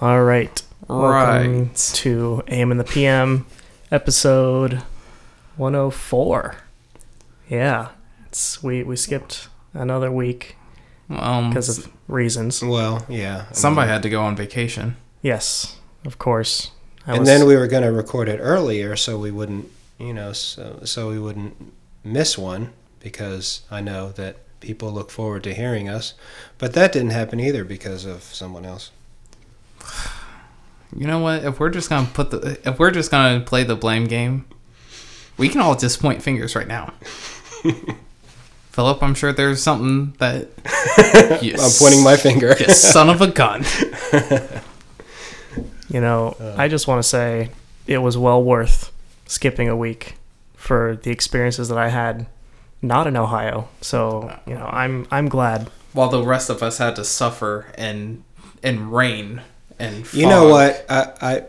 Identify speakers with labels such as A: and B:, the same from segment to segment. A: All right. Welcome
B: Right.
A: to AM and the PM, episode 104. Yeah, it's we we skipped another week
B: Um,
A: because of reasons.
C: Well, yeah. I
B: somebody
C: mean-
B: had to go on vacation.
A: Yes, of course. I
C: and
A: was-
C: then we were going to record it earlier, so we wouldn't, you know, so so we wouldn't miss one because I know that people look forward to hearing us. But that didn't happen either because of someone else.
B: You know what? If we're just gonna put the, if we're just gonna play the blame game, we can all just point fingers right now. Philip, I'm sure there's something that
C: I'm pointing my finger.
B: you son of a gun.
A: you know, I just want to say it was well worth skipping a week for the experiences that I had not in Ohio. So, you know, I'm I'm glad.
B: While the rest of us had to suffer and and rain and
C: You know
B: fog.
C: what? I, I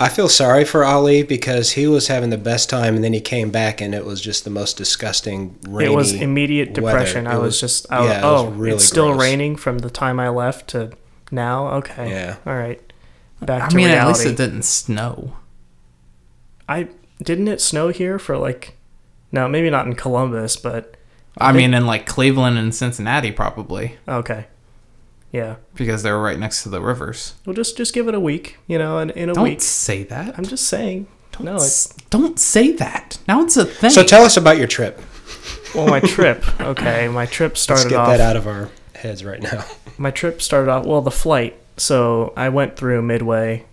C: I feel sorry for Ali because he was having the best time, and then he came back, and it was just the most disgusting. Rainy
A: it was immediate
C: weather.
A: depression. I
C: It
A: was, just I was-
C: yeah, it was
A: oh,
C: really
A: it's still
C: gross.
A: raining from the time I left to now. Okay.
C: Yeah.
A: All right. Back
B: I
A: to
B: mean, at
A: reality.
B: least it didn't snow.
A: I didn't it snow here for like no, maybe not in Columbus, but
B: I mean, in like Cleveland and Cincinnati, probably
A: okay. Yeah.
B: because they're right next to the rivers.
A: Well, just just give it a week, you know, and in a
B: Don't
A: week.
B: say that.
A: I'm just saying.
B: Don't,
A: no, it's
B: s- don't say that. Now it's a thing.
C: So tell us about your trip.
A: well, my trip. Okay, my trip
C: Let's
A: started
C: get
A: off.
C: that out of our heads right now.
A: My trip started off well, the flight. So I went through Midway,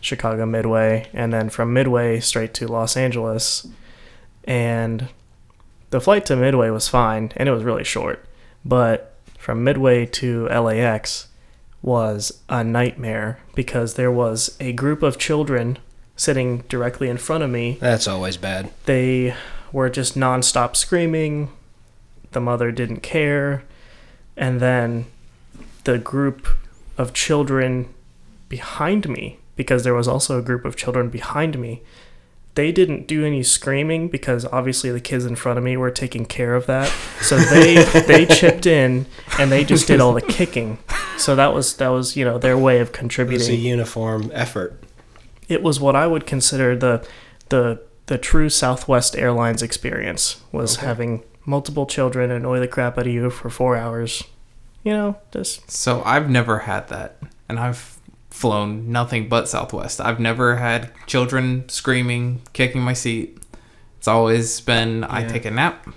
A: Chicago Midway, and then from Midway straight to Los Angeles. And the flight to Midway was fine, and it was really short. But from Midway to LAX was a nightmare because there was a group of children sitting directly in front of me
C: That's always bad.
A: they were just nonstop screaming. The mother didn't care. And then the group of children behind me, because there was also a group of children behind me, they didn't do any screaming because obviously the kids in front of me were taking care of that. So they they chipped in and they just did all the kicking. So that was that was, you know, their way of
C: It was a
A: contributing
C: uniform effort.
A: it was what I would consider the the the true Southwest Airlines experience was having multiple children annoy the crap out of you for four hours. You know, just
B: So I've never had that, and I've flown nothing but Southwest. I've never had children screaming, kicking my seat. It's always been I take a nap,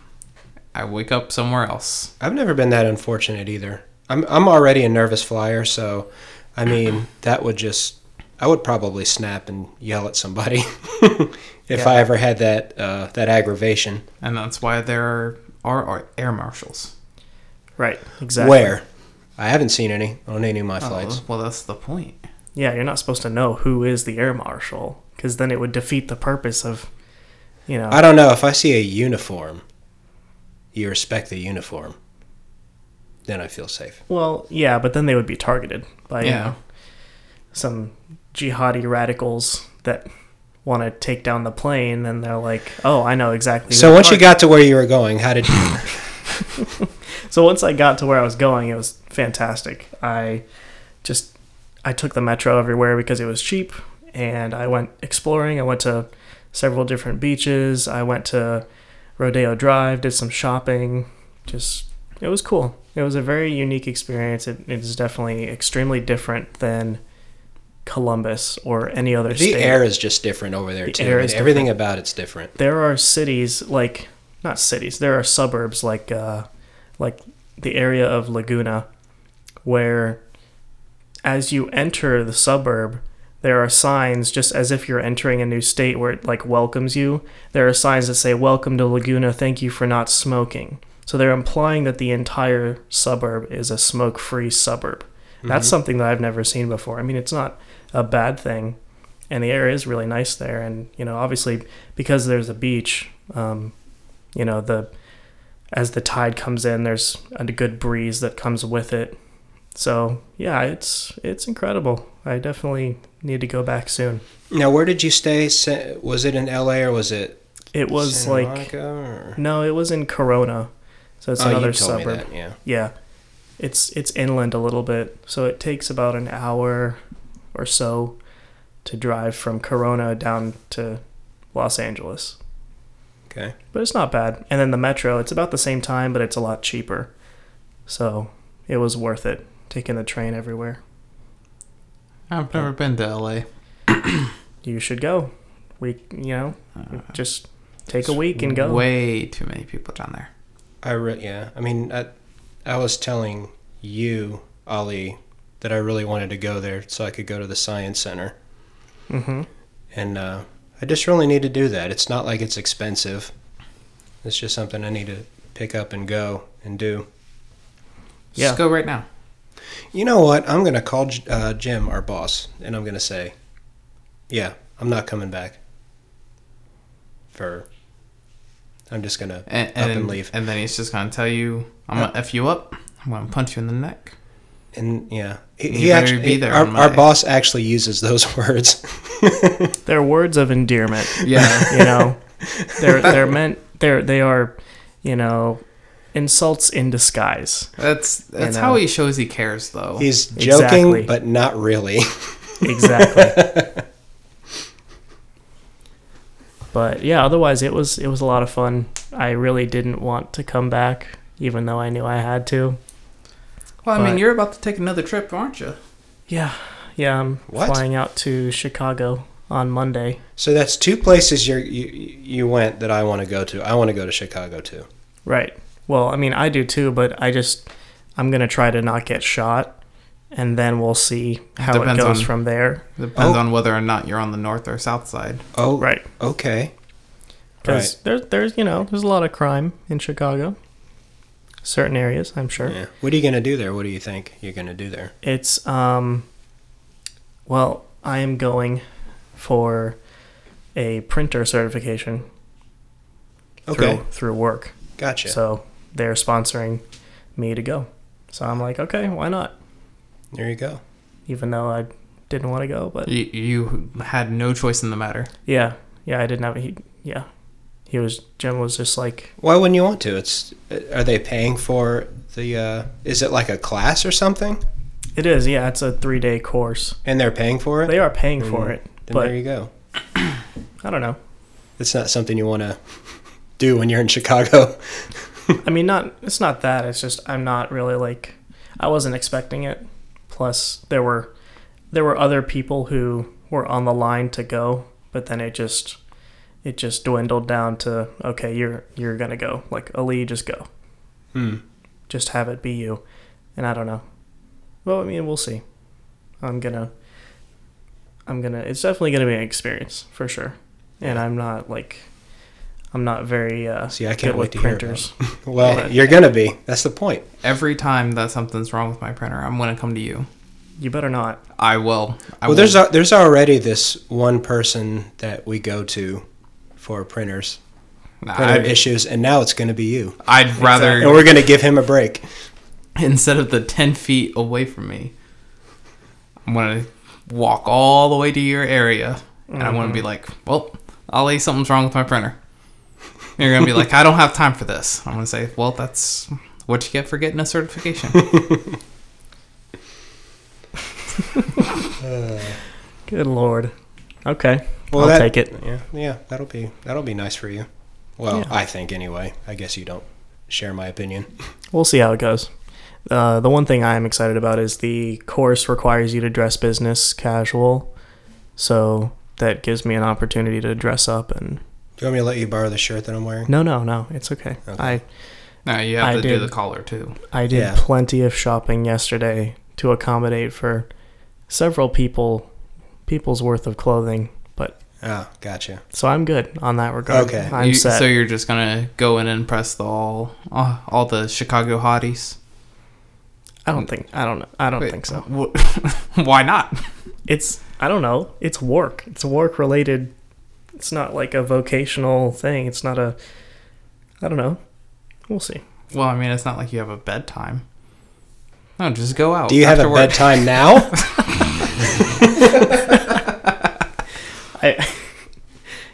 B: I wake up somewhere else.
C: I've never been that unfortunate either. I'm I'm already a nervous flyer, so I mean that would just I would probably snap and yell at somebody if I ever had that uh, that aggravation.
B: And that's why there are, are air marshals.
A: right, exactly.
C: Where I haven't seen any on any of my flights.
B: Oh, well, that's the point.
A: Yeah, you're not supposed to know who is the air marshal because then it would defeat the purpose of, you know.
C: I don't know if I see a uniform. You respect the uniform, then I feel safe.
A: well, yeah, but then they would be targeted by you
B: Yeah.
A: know, some jihadi radicals that want to take down the plane, and they're like, "Oh, I know exactly." who
C: So
A: to
C: once you
A: target."
C: got to where you were going, how did you?
A: So once I got to where I was going, it was fantastic. I just I took the metro everywhere because it was cheap, and I went exploring. I went to several different beaches. I went to Rodeo Drive, did some shopping. Just it was cool. It was a very unique experience. It, it is definitely extremely different than Columbus or any other
C: The
A: state.
C: air is just different over there
A: The
C: too.
A: air
C: and
A: is
C: everything about it's different.
A: there are cities like not cities there are suburbs like uh like the area of laguna where as you enter the suburb there are signs just as if you're entering a new state where it like welcomes you there are signs that say welcome to laguna thank you for not smoking so they're implying that the entire suburb is a smoke-free suburb that's something that i've never seen before i mean it's not a bad thing and the air is really nice there and you know obviously because there's a beach um, you know the as the tide comes in there's a good breeze that comes with it so yeah it's it's incredible i definitely need to go back soon
C: Now, where did you stay? Sa- Was it in L.A. or was it?
A: it was
C: Santa
A: like
C: Monica or?
A: no it was in corona so it's
C: Oh, you
A: another
C: told me
A: suburb
C: that, yeah.
A: yeah it's it's inland a little bit so it takes about an hour or so to drive from Corona down to Los Angeles.
C: Okay.
A: But it's not bad. And then the metro, it's about the same time, but it's a lot cheaper. So it was worth it taking the train everywhere.
B: I've never been to LA.
A: You should go. We, you know,
B: Uh,
A: just take a week and go.
B: Way too many people down there.
C: I re- yeah. I mean, I, I was telling you, Ali, that I really wanted to go there so I could go to the science center,
A: hmm
C: and uh, I just really need to do that. It's not like it's expensive. It's just something I need to pick up and go and do.
B: Just
A: Yeah.
B: go right now.
C: You know what? I'm gonna call J- uh, Jim, our boss, and I'm gonna say, yeah, I'm not coming back. For. I'm just gonna
B: And,
C: up
B: and,
C: and leave.
B: And then he's just gonna tell you, "I'm gonna f you up. I'm gonna punch you in the neck."
C: And yeah, he,
B: You
C: he
B: better
C: actually
B: be there
C: our,
B: on
C: our
B: Monday.
C: boss actually uses those words.
A: They're words of endearment.
B: Yeah.
A: you know they're they're meant they're they are you know insults in disguise
B: That's that's
A: know.
B: how he shows he cares, though.
C: He's joking,
A: Exactly.
C: but not really.
A: exactly but yeah otherwise it was it was a lot of fun i really didn't want to come back even though i knew i had to
B: well, I mean,
A: but-
B: you're about to take another trip, aren't you?
A: yeah yeah i'm
C: What?
A: flying out to chicago on monday
C: So that's two places you're, you you went that I want to go to. I want to go to Chicago too.
A: Right. Well, I mean, I do too, but I just I'm gonna try to not get shot, and then we'll see how
B: Depends
A: it goes
B: on-
A: from there.
B: Depends
C: Oh.
B: on whether or not you're on the north or south side.
C: Oh,
A: Right.
C: Okay.
A: Because there's there's you know there's a lot of crime in Chicago. Certain areas, I'm sure.
C: Yeah. What are you gonna do there? What do you think you're gonna do there?
A: It's um, well, I am going for a printer certification
C: Okay.
A: through through work.
C: Gotcha.
A: So they're sponsoring me to go. So I'm like, okay, why not?
C: there you go.
A: Even though I didn't want to go, but
B: You, you had no choice in the matter.
A: Yeah, yeah, I didn't have. He, yeah, he was. Jim was just like,
C: Why wouldn't you want to? It's are they paying for the? Uh, is it like a class or something?
A: it is. Yeah, it's a three day course.
C: And they're paying for it.
A: They are paying for
C: Mm.
A: it.
C: then
A: but-
C: there you go.
A: I don't know.
C: It's not something you want to do when you're in Chicago.
A: I mean, not. It's not that. It's just I'm not really like. I wasn't expecting it. Plus, there were there were other people who were on the line to go, but then it just it just dwindled down to okay, you're you're gonna go. Like Ali, just go.
C: Hmm.
A: just have it be you. And I don't know. Well, I mean, we'll see. I'm gonna. I'm gonna. It's definitely gonna be an experience for sure. And I'm not like, I'm not very. Uh,
C: See, I
A: good
C: can't
A: with
C: wait to hear about
A: printers.
C: Well,
A: Yeah.
C: you're gonna be. That's the point.
B: Every time that something's wrong with my printer, I'm gonna come to you.
A: You better not.
B: I will. I
C: well,
B: will.
C: there's a, there's already this one person that we go to for printers
B: Nah,
C: printer
B: I'd,
C: issues, and now it's going to be you,
B: I'd rather
C: and we're going to give him a break.
B: instead of the ten feet away from me, I'm gonna walk all the way to your area, and I'm
A: Mm-hmm.
B: gonna be like, "Well, Ollie, something's wrong with my printer." And you're gonna be like, "I don't have time for this." I'm gonna say, "Well, that's what you get for getting a certification."
A: Good lord. Okay,
C: Well,
A: I'll
C: that-
A: take it.
C: Yeah, yeah, that'll be that'll be nice for you. Well, I think anyway. I guess you don't share my opinion.
A: We'll see how it goes. Uh, the one thing I am excited about is the course requires you to dress business casual, so that gives me an opportunity to dress up and.
C: Do you want me to let you borrow the shirt that I'm wearing?
A: No, no, no. It's okay.
C: Okay.
A: I
B: no, you have
A: I
B: to do
A: did.
B: the collar too.
A: I did
C: Yeah.
A: plenty of shopping yesterday to accommodate for several people people's worth of clothing, but
C: Ah, gotcha.
A: so I'm good on that regard.
C: Okay.
A: I'm
B: You-
A: set.
B: So you're just gonna go in and impress the all all, all the Chicago hotties.
A: I don't think I don't I don't
B: Wait,
A: think so.
B: wh- Why not?
A: It's I don't know. It's work. It's work related. It's not like a vocational thing. It's not a I don't know. We'll see.
B: Well, I mean, it's not like you have a bedtime. No, just go out.
C: Do you have a
B: after work.
C: bedtime now?
A: I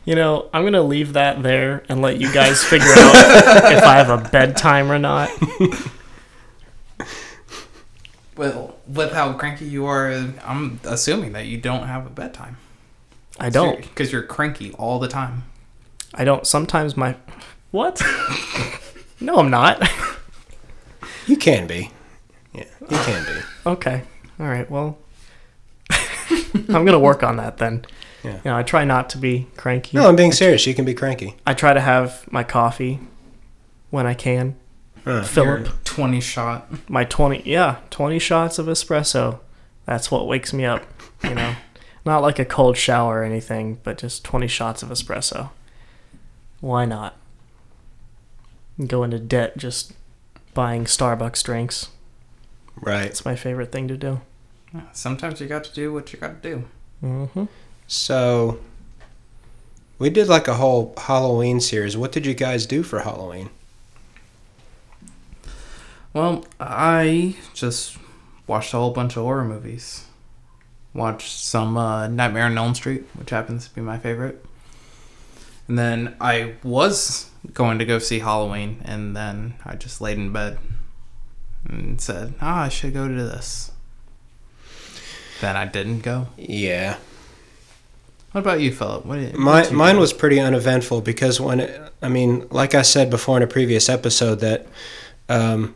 A: You know, I'm gonna leave that there and let you guys figure out if I have a bedtime or not.
B: Well, with how cranky you are, I'm assuming that you don't have a bedtime.
A: I don't.
B: because you're cranky all the time.
A: I don't. Sometimes my. What? no, I'm not.
C: You can be. Yeah, you can be.
A: okay. All right. Well, I'm going to work on that then.
C: Yeah.
A: You know, I try not to be cranky.
C: No, I'm being serious. You can be cranky.
A: I try to have my coffee when I can.
C: Huh.
A: Philip,
B: Your 20 shot.
A: my 20, yeah, 20 shots of espresso. That's what wakes me up, you know. not like a cold shower or anything, but just 20 shots of espresso. Why not? Go into debt just buying Starbucks drinks.
C: Right.
A: It's my favorite thing to do.
B: Sometimes you got to do what you got to do.
A: hmm
C: So we did like a whole Halloween series. What did you guys do for Halloween?
B: Well, I just watched a whole bunch of horror movies. Watched some uh, Nightmare on Elm Street, which happens to be my favorite. And then I was going to go see Halloween, and then I just laid in bed and said, "Ah, I should go to this." Then I didn't go.
C: Yeah.
B: What about you, Philip? What did,
C: My,
B: what you
C: mine
B: do?
C: was pretty uneventful because when, it, I mean, like I said before in a previous episode, that um,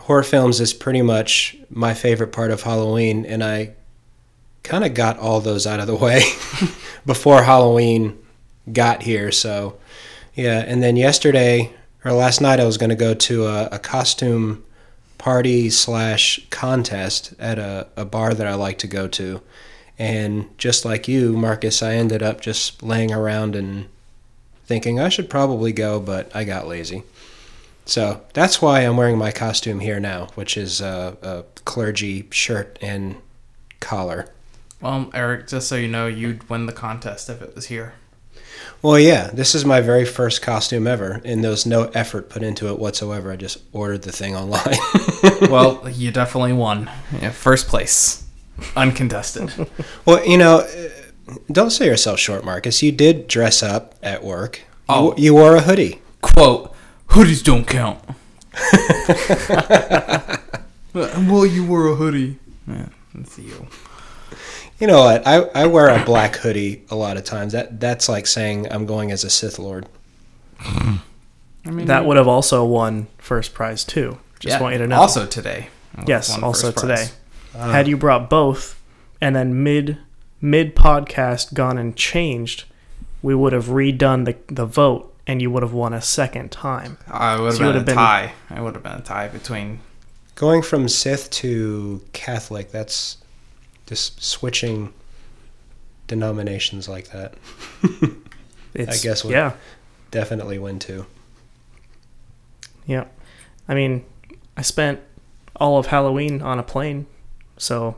C: horror films is pretty much my favorite part of Halloween, and I kind of got all those out of the way before Halloween got here. So, yeah. And then yesterday or last night, I was going to go to a, a costume party slash contest at a, a bar that I like to go to. And just like you, Marcus, I ended up just laying around and thinking I should probably go, but I got lazy. So that's why I'm wearing my costume here now, which is a, a clergy shirt and collar.
B: Well, Eric, just so you know, you'd win the contest if it was here.
C: Well, yeah, this is my very first costume ever, and there was no effort put into it whatsoever. I just ordered the thing online.
B: well, you definitely won. Yeah, first place, uncontested.
C: well, you know, uh, don't sell yourself short, Marcus. You did dress up at work. You-
B: Oh.
C: you wore a hoodie.
B: quote, hoodies don't count. well, you wore a hoodie. Yeah, that's you.
C: You know what? I, I wear a black hoodie a lot of times. That that's like saying I'm going as a Sith Lord.
B: I mean,
A: That would have also won first prize, too. Just
B: yeah,
A: want you to know.
B: Also today.
A: yes,
B: Won
A: also
B: first prize.
A: today.
C: Uh,
A: Had you brought both and then mid mid podcast gone and changed, we would have redone the, the vote and you would have won a second time.
B: I would have
A: So you
B: Uh, been a
A: would've been-
B: tie. I would have been a tie between.
C: Going from Sith to Catholic, that's just switching denominations like that.
A: It's,
C: guess what-
A: Yeah.
C: Definitely win too.
A: Yeah. I mean, I spent all of Halloween on a plane, so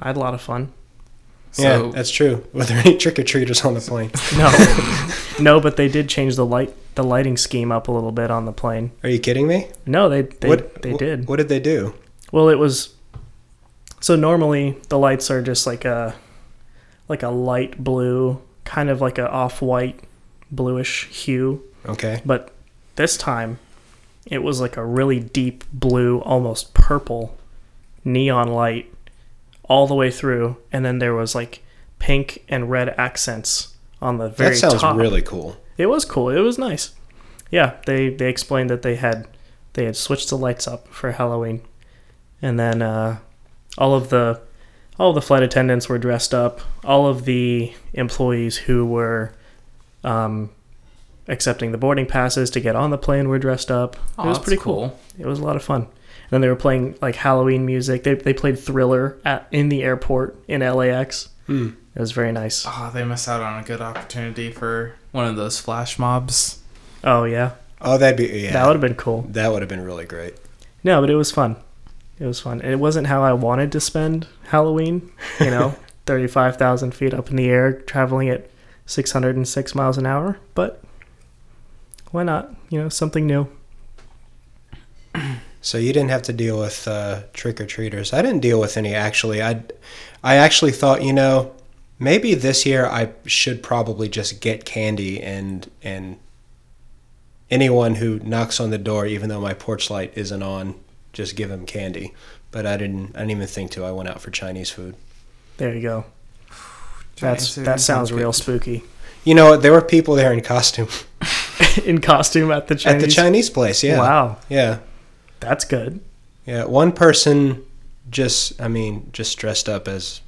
A: I had a lot of fun.
C: yeah,
B: So,
C: that's true. Were there any trick or treaters on the plane?
A: No. no, but they did change the light the lighting scheme up a little bit on the plane.
C: Are you kidding me?
A: No, they they, they
C: wh-
A: did.
C: What did they do?
A: Well, it was. So normally the lights are just like a, like a light blue, kind of like a off-white, bluish hue.
C: Okay.
A: But this time, it was like a really deep blue, almost purple, neon light, all the way through, and then there was like pink and red accents on the very
C: That sounds
A: top.
C: really cool.
A: It was cool. It was nice. Yeah, they they explained that they had they had switched the lights up for Halloween, and then uh, all of the all of the flight attendants were dressed up. All of the employees who were um, accepting the boarding passes to get on the plane were dressed up.
B: Aw,
A: it was
B: that's
A: pretty cool. It was a lot of fun. And then they were playing like Halloween music. They they played Thriller at in the airport in LAX.
C: Hmm.
A: It was very nice.
B: Ah, they missed out on a good opportunity for one of those flash mobs.
A: Oh yeah,
C: Oh, that'd be yeah.
A: that would have been cool.
C: that would have been really great.
A: No, but it was fun. It was fun. It wasn't how I wanted to spend Halloween, you know, 35,000 feet up in the air, traveling at 606 miles an hour, but why not? You know, something new.
C: So you didn't have to deal with uh, trick or treaters. I didn't deal with any actually. I, I actually thought you know, maybe this year I should probably just get candy and and anyone who knocks on the door, even though my porch light isn't on, just give them candy. but I didn't. I didn't even think to. I went out for Chinese food.
A: There you go.
B: Chinese
A: That's
B: food
A: that sounds
B: good.
A: real spooky.
C: You know, what? there were people there in costume
A: In costume at the Chinese.
C: at the Chinese place. Yeah.
A: Wow,
C: Yeah.
A: that's good.
C: Yeah. One person just. I mean, just dressed up as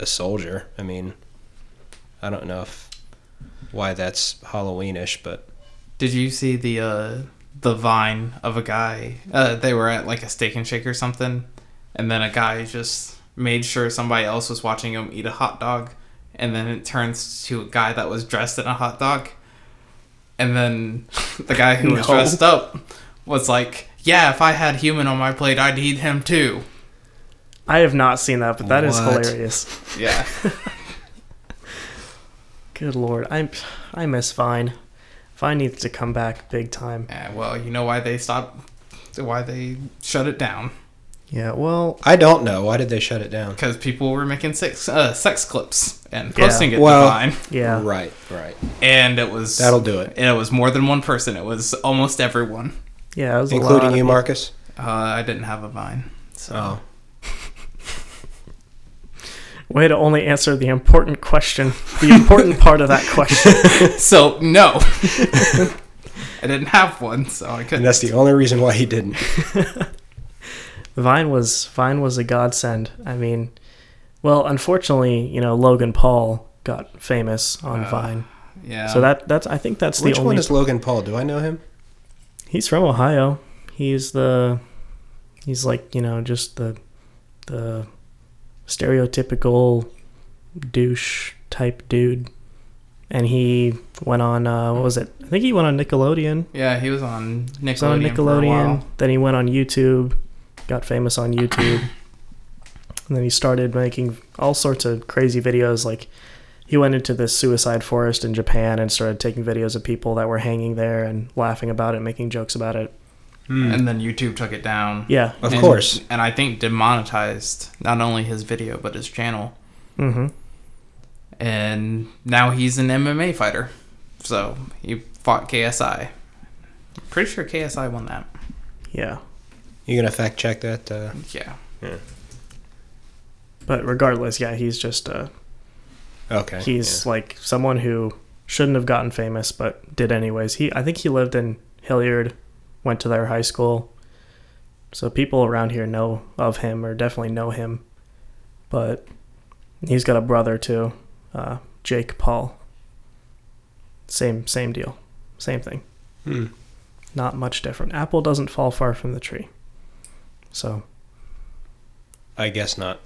C: a soldier. I mean, I don't know if why that's Halloweenish, but
B: Did you see the uh, the vine of a guy? Uh, they were at like a steak and shake or something, and then a guy just made sure somebody else was watching him eat a hot dog, and then it turns to a guy that was dressed in a hot dog, and then the guy who was
A: No.
B: dressed up was like, "Yeah, if I had human on my plate, I'd eat him too."
A: I have not seen that, but that is
C: What?
A: hilarious.
B: Yeah,
A: Good lord, I I miss Vine. Vine needs to come back big time.
B: Eh, well, you know why they stopped, why they shut it down.
A: Yeah, well,
C: I don't know why did they shut it down.
B: because people were making sex uh, sex clips and
A: Yeah.
B: posting it
C: Well-
B: to Vine,
A: yeah,
C: Right. Right.
B: and it was
C: That'll do it.
B: and it was more than one person. It was almost everyone.
A: yeah, it was a lot
C: Including
A: of-
C: you, Marcus.
B: Uh, I didn't have a Vine, so
C: Oh.
A: Way to only answer the important question, the important part of that question.
B: so no, I didn't have one, so I couldn't.
C: And that's the only reason why he didn't.
A: Vine was Vine was a godsend. I mean, well, unfortunately, you know, Logan Paul got famous on
B: Uh,
A: Vine,
B: yeah.
A: so that that's I think that's
C: Which
A: the
C: one
A: only.
C: is Logan Paul? Do I know him?
A: he's from Ohio. He's the he's like you know just the the stereotypical douche type dude, and he went on uh, what was it? I think he went on Nickelodeon.
B: yeah, he was on Nickelodeon.
A: was on
B: For a
A: Nickelodeon.
B: while.
A: Then he went on YouTube, got famous on YouTube, and then he started making all sorts of crazy videos. Like he went into this suicide forest in Japan and started taking videos of people that were hanging there and laughing about it, making jokes about it.
C: Hmm.
A: Hmm.
B: and then YouTube took it down.
A: Yeah.
C: Of
B: And-
C: course.
B: and I think demonetized not only his video but his channel,
A: Mm-hmm.
B: and now he's an MMA fighter. So he fought KSI. Pretty sure KSI won that.
A: Yeah.
C: You gonna fact check that? Uh,
B: Yeah.
A: But regardless, yeah, he's just uh,
C: okay.
A: he's like someone who shouldn't have gotten famous but did anyways. He I think he lived in Hilliard, went to their high school. So people around here know of him or definitely know him. But he's got a brother too, uh, Jake Paul. Same same deal. Same thing.
C: Yeah. Hmm.
A: Not much different. Apple doesn't fall far from the tree. So
C: I guess not.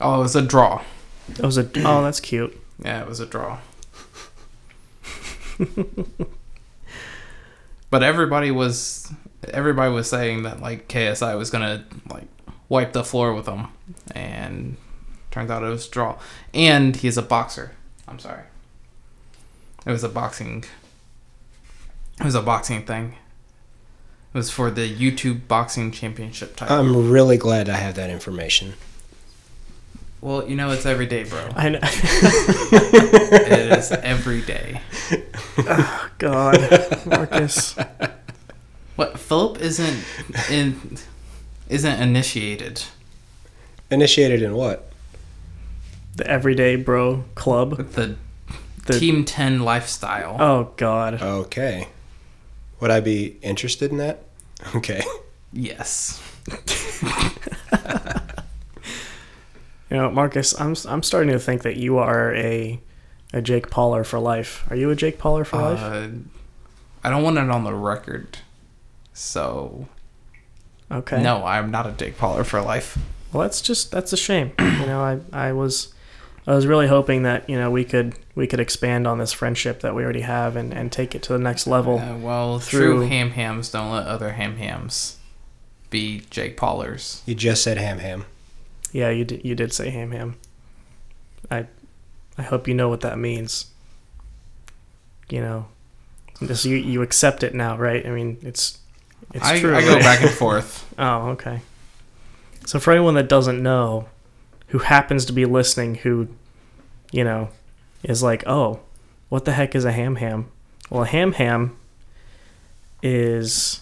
B: Oh, it was a draw.
A: it was a oh that's cute.
B: Yeah, it was a draw. but everybody was everybody was saying that like KSI was gonna like wipe the floor with him, and turns out it was a draw. And he's a boxer. I'm sorry. It was a boxing. It was a boxing thing. It was for the YouTube Boxing Championship title.
C: I'm really glad I have that information.
B: well, you know it's every day, bro.
A: I know.
B: it is every day.
A: God, Marcus.
B: What Philip isn't in isn't initiated.
C: Initiated in what?
A: The everyday bro club.
B: The,
A: The-
B: Team Ten lifestyle.
A: Oh God.
C: Okay. Would I be interested in that? Okay.
B: Yes.
A: You know, Marcus, I'm I'm starting to think that you are a a Jake Pauler for life. Are you a Jake Pauler for life?
B: Uh, I don't want it on the record. So
A: Okay.
B: no, I'm not a Jake Pauler for life.
A: Well, that's just that's a shame. You know, I I was I was really hoping that you know we could we could expand on this friendship that we already have and and take it to the next level.
B: Uh, well,
A: Through-
B: true ham hams don't let other ham hams be Jake Paulers.
C: You just said ham ham.
A: Yeah, you did you did say ham ham. I I hope you know what that means. You know, this you you accept it now, right? I mean, it's it's
B: I,
A: true.
B: I go
A: right?
B: back and forth.
A: Oh, okay. So for anyone that doesn't know, who happens to be listening, who, you know, is like, oh, what the heck is a ham ham? Well, a ham ham is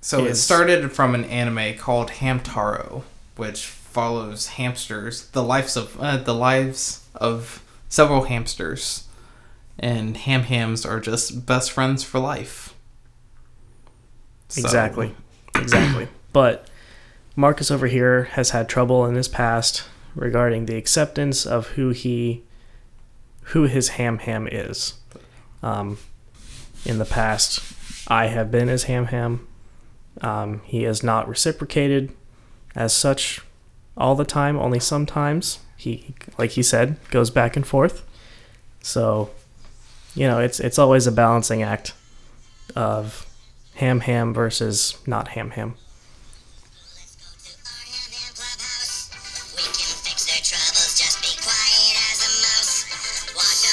B: So it
A: Yes.
B: started from an anime called Hamtaro. which follows hamsters, the lives of uh, the lives of several hamsters, and ham hams are just best friends for life. So-
A: Exactly. Exactly. But Marcus over here has had trouble in his past regarding the acceptance of who he who his ham ham is. Um, in the past, I have been his ham ham. Um, he has not reciprocated as such all the time, only sometimes. He, like he said, goes back and forth. So, you know, it's it's always a balancing act of ham ham versus not ham ham.
D: Let's go to our ham ham clubhouse. We can fix their troubles. Just be quiet as a mouse. Watch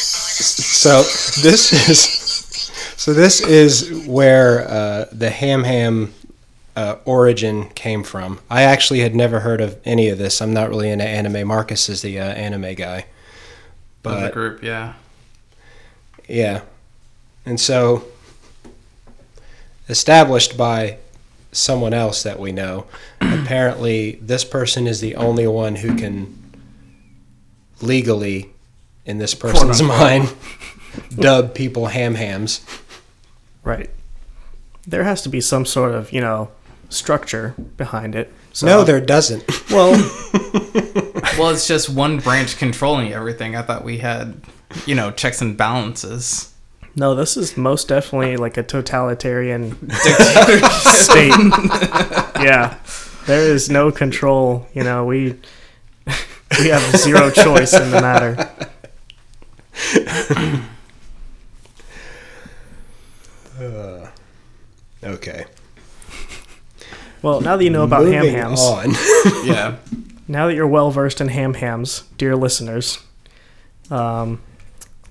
D: out for the
C: So this is so this is where uh, the ham ham uh, origin came from. I actually had never heard of any of this. I'm not really into anime. Marcus is the uh, anime guy,
B: of the
C: but
B: group, yeah.
C: yeah, and so established by someone else that we know. apparently, this person is the only one who can legally, in this person's mind, dub people ham hams.
A: Right. There has to be some sort of, you know, structure behind it. So,
C: No, there doesn't.
A: Uh-huh. well,
B: Well, it's just one branch controlling everything. I thought we had, you know, checks and balances.
A: no, this is most definitely like a totalitarian state. yeah. There is no control, you know, we we have zero choice in the matter.
C: Okay.
A: Well, now that you know about ham
C: Moving
A: hams,
C: on.
B: yeah.
A: now that you're well versed in ham hams, dear listeners, um,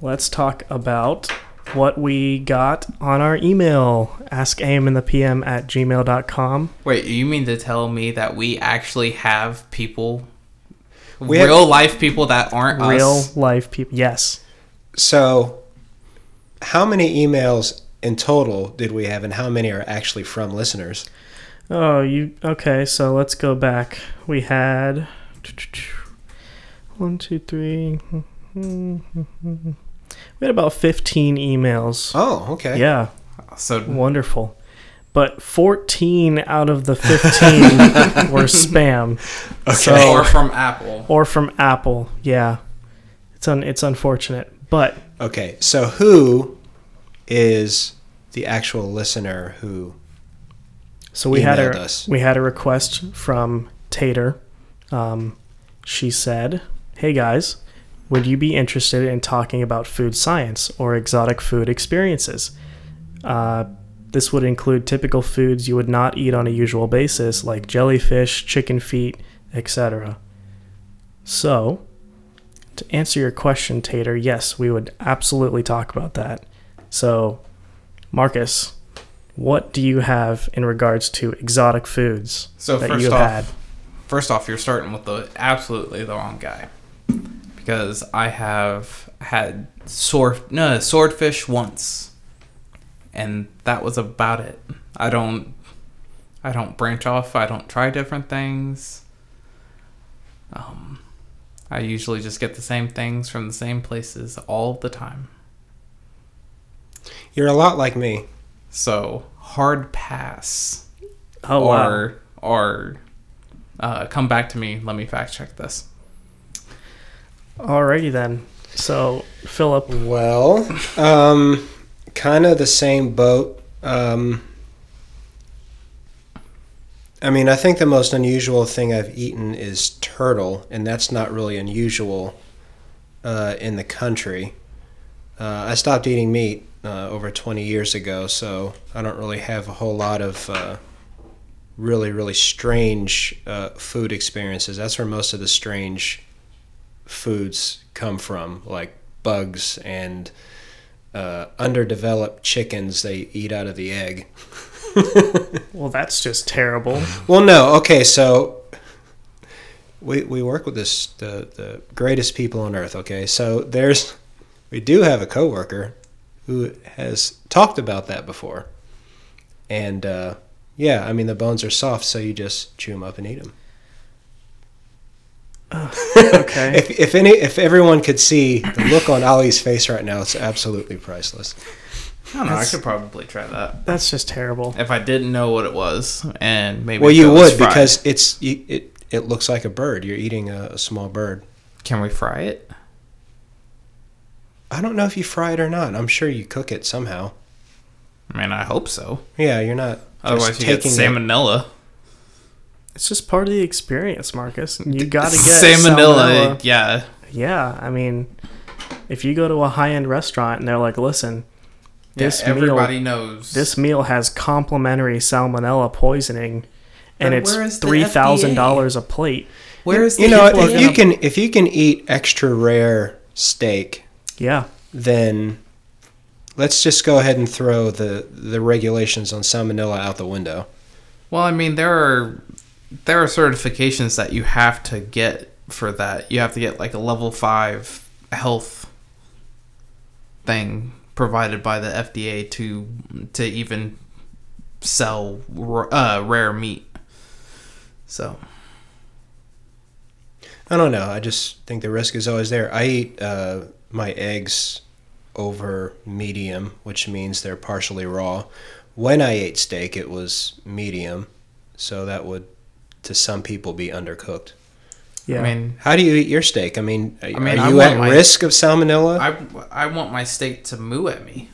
A: let's talk about what we got on our email askaminthepm at gmail.com.
B: Wait, you mean to tell me that we actually have people,
C: We have-
B: real life people that aren't
A: Real
B: us?
A: life people. Yes.
C: So, how many emails in total did we have, and how many are actually from listeners?
A: Oh, you. Okay, so let's go back. We had. One, two, three. We had about 15 emails.
C: Oh, okay.
A: Yeah.
B: So
A: Wonderful. But 14 out of the 15 were spam
C: Okay.
B: or from Apple.
A: or from Apple. Yeah. It's un- it's unfortunate, but
C: okay. So, who is the actual listener who?
A: so we had
C: Emailed
A: a
C: us.
A: we had a request from Tater. Um, she said, "Hey guys, would you be interested in talking about food science or exotic food experiences? Uh, this would include typical foods you would not eat on a usual basis, like jellyfish, chicken feet, etc." So, to answer your question, Tater, yes, we would absolutely talk about that. So, Marcus, what do you have in regards to exotic foods
B: So
A: that
B: first
A: you
B: off-
A: have had?
B: First off, you're starting with the absolutely the wrong guy, because I have had sword no swordfish once, and that was about it. I don't, I don't branch off. I don't try different things. Um, I usually just get the same things from the same places all the time.
C: You're a lot like me.
B: So hard pass.
A: Oh, wow.
B: or or uh, come back to me. Let me fact check this.
A: Alrighty then. So, Philip,
C: Well, um, kind of the same boat. Um, I mean, I think the most unusual thing I've eaten is turtle, and that's not really unusual uh, in the country. Uh, I stopped eating meat uh, over 20 years ago, so I don't really have a whole lot of uh, really, really strange uh, food experiences. That's where most of the strange foods come from, like bugs and uh, underdeveloped chickens they eat out of the egg.
A: well, that's just terrible.
C: Well, no, okay, so we we work with this the the greatest people on earth. Okay, so there's we do have a coworker who has talked about that before, and uh, yeah, I mean the bones are soft, so you just chew them up and eat them.
A: Okay.
C: If, if any, if everyone could see the look on Ollie's face right now, it's absolutely priceless.
B: I don't know. I could probably try that
A: That's just terrible.
B: if I didn't know what it was, and maybe.
C: Well,
B: if
C: you
B: it was
C: would
B: fried.
C: because it's you, it. It looks like a bird. You're eating a, a small bird.
B: can we fry it?
C: I don't know if you fry it or not. I'm sure you cook it somehow.
B: I mean, I hope so.
C: Yeah, you're not. just
B: Otherwise, you get
C: it-
B: salmonella.
A: It's just part of the experience, Marcus. You gotta get
B: Salmonella,
A: salmonella.
B: yeah.
A: Yeah, I mean, if you go to a high-end restaurant and they're like, "Listen, this
B: yeah, everybody
A: meal,
B: knows.
A: this meal has complimentary salmonella poisoning, and
B: But
A: it's
B: where is the
A: three thousand dollars a plate."
B: where is
C: You know,
B: people
C: if you
B: gonna-
C: can if you can eat extra rare steak,
A: Yeah,
C: then let's just go ahead and throw the the regulations on salmonella out the window.
B: Well, I mean, there are there are certifications that you have to get for that. You have to get like a level five health thing provided by the FDA to to even sell r- uh, rare meat. So
C: I don't know. I just think the risk is always there. I eat uh, my eggs over medium, which means they're partially raw. When I ate steak, it was medium, so that would to some people be undercooked.
A: yeah.
B: I mean,
C: How do you eat your steak? I mean, are,
B: mean,
C: are
B: I
C: you
B: want
C: at
B: my-
C: risk of salmonella?
B: I I want my steak to moo at me.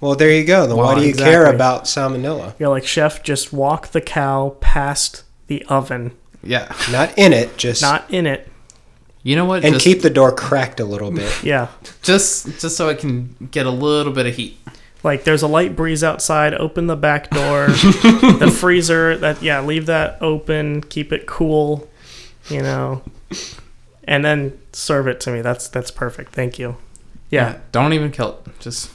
C: well, there you go. Then why
B: Well,
C: do you
A: exactly.
C: care about salmonella?
A: You're like, chef, just walk the cow past the oven,
B: Yeah,
C: Not in it, just
A: not in it.
B: you know what?
C: and
B: just,
C: keep the door cracked a little bit.
A: Yeah.
B: just just so it can get a little bit of heat.
A: Like there's a light breeze outside, open the back door, the freezer that yeah, leave that open, keep it cool, you know. And then serve it to me. That's that's perfect. Thank you. Yeah.
B: don't even kill it. Just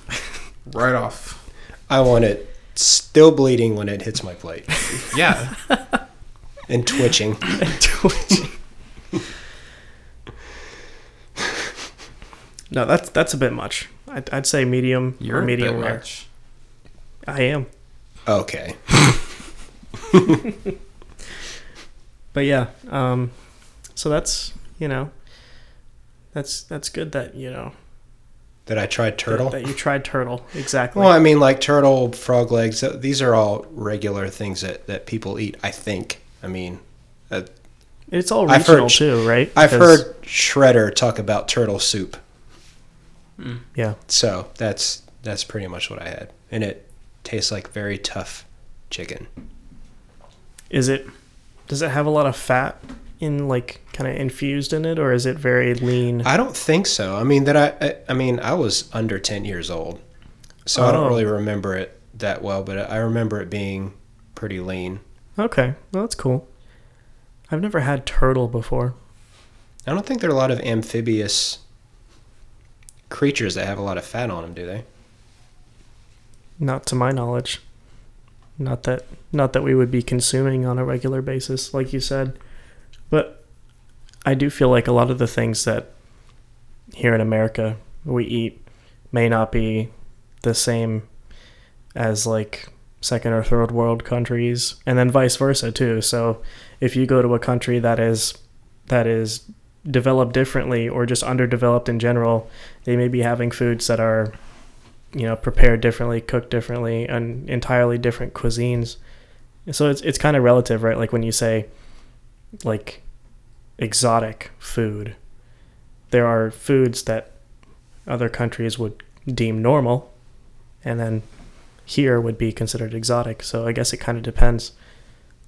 B: right off.
C: I want it still bleeding when it hits my plate
B: Yeah.
C: and twitching.
A: no, that's that's a bit much. I'd, I'd say medium
B: You're
A: or medium
B: medium
A: rare.
B: rich.
A: I am.
C: Okay.
A: But yeah, um, so that's you know, that's that's good that you know
C: Did I try
A: that-
C: turtle?
A: that, you tried turtle exactly.
C: Well, I mean, like turtle, frog legs. th- These are all regular things that, that people eat. I think. I mean, uh,
A: It's all
C: I've heard
A: regional
C: sh-
A: too, right?
C: I've
A: Because-
C: heard Shredder talk about turtle soup,
A: Yeah,
C: so that's that's pretty much what I had, and it tastes like very tough chicken.
A: is it? Does it have a lot of fat in like kind of infused in it, or is it very lean?
C: I don't think so. I mean that I I, I mean I was under ten years old, so I
A: Oh.
C: don't really remember it that well, but I remember it being pretty lean.
A: okay, well that's cool. I've never had turtle before.
C: I don't think there are a lot of amphibious creatures that have a lot of fat on them, do they?
A: Not to my knowledge. Not that not that we would be consuming on a regular basis, like you said. But I do feel like a lot of the things that here in America we eat may not be the same as like second or third world countries and then vice versa too. So if you go to a country that is that is developed differently or just underdeveloped in general, they may be having foods that are you know prepared differently cooked differently and entirely different cuisines so it's it's kind of relative right like when you say like exotic food there are foods that other countries would deem normal and then here would be considered exotic so i guess it kind of depends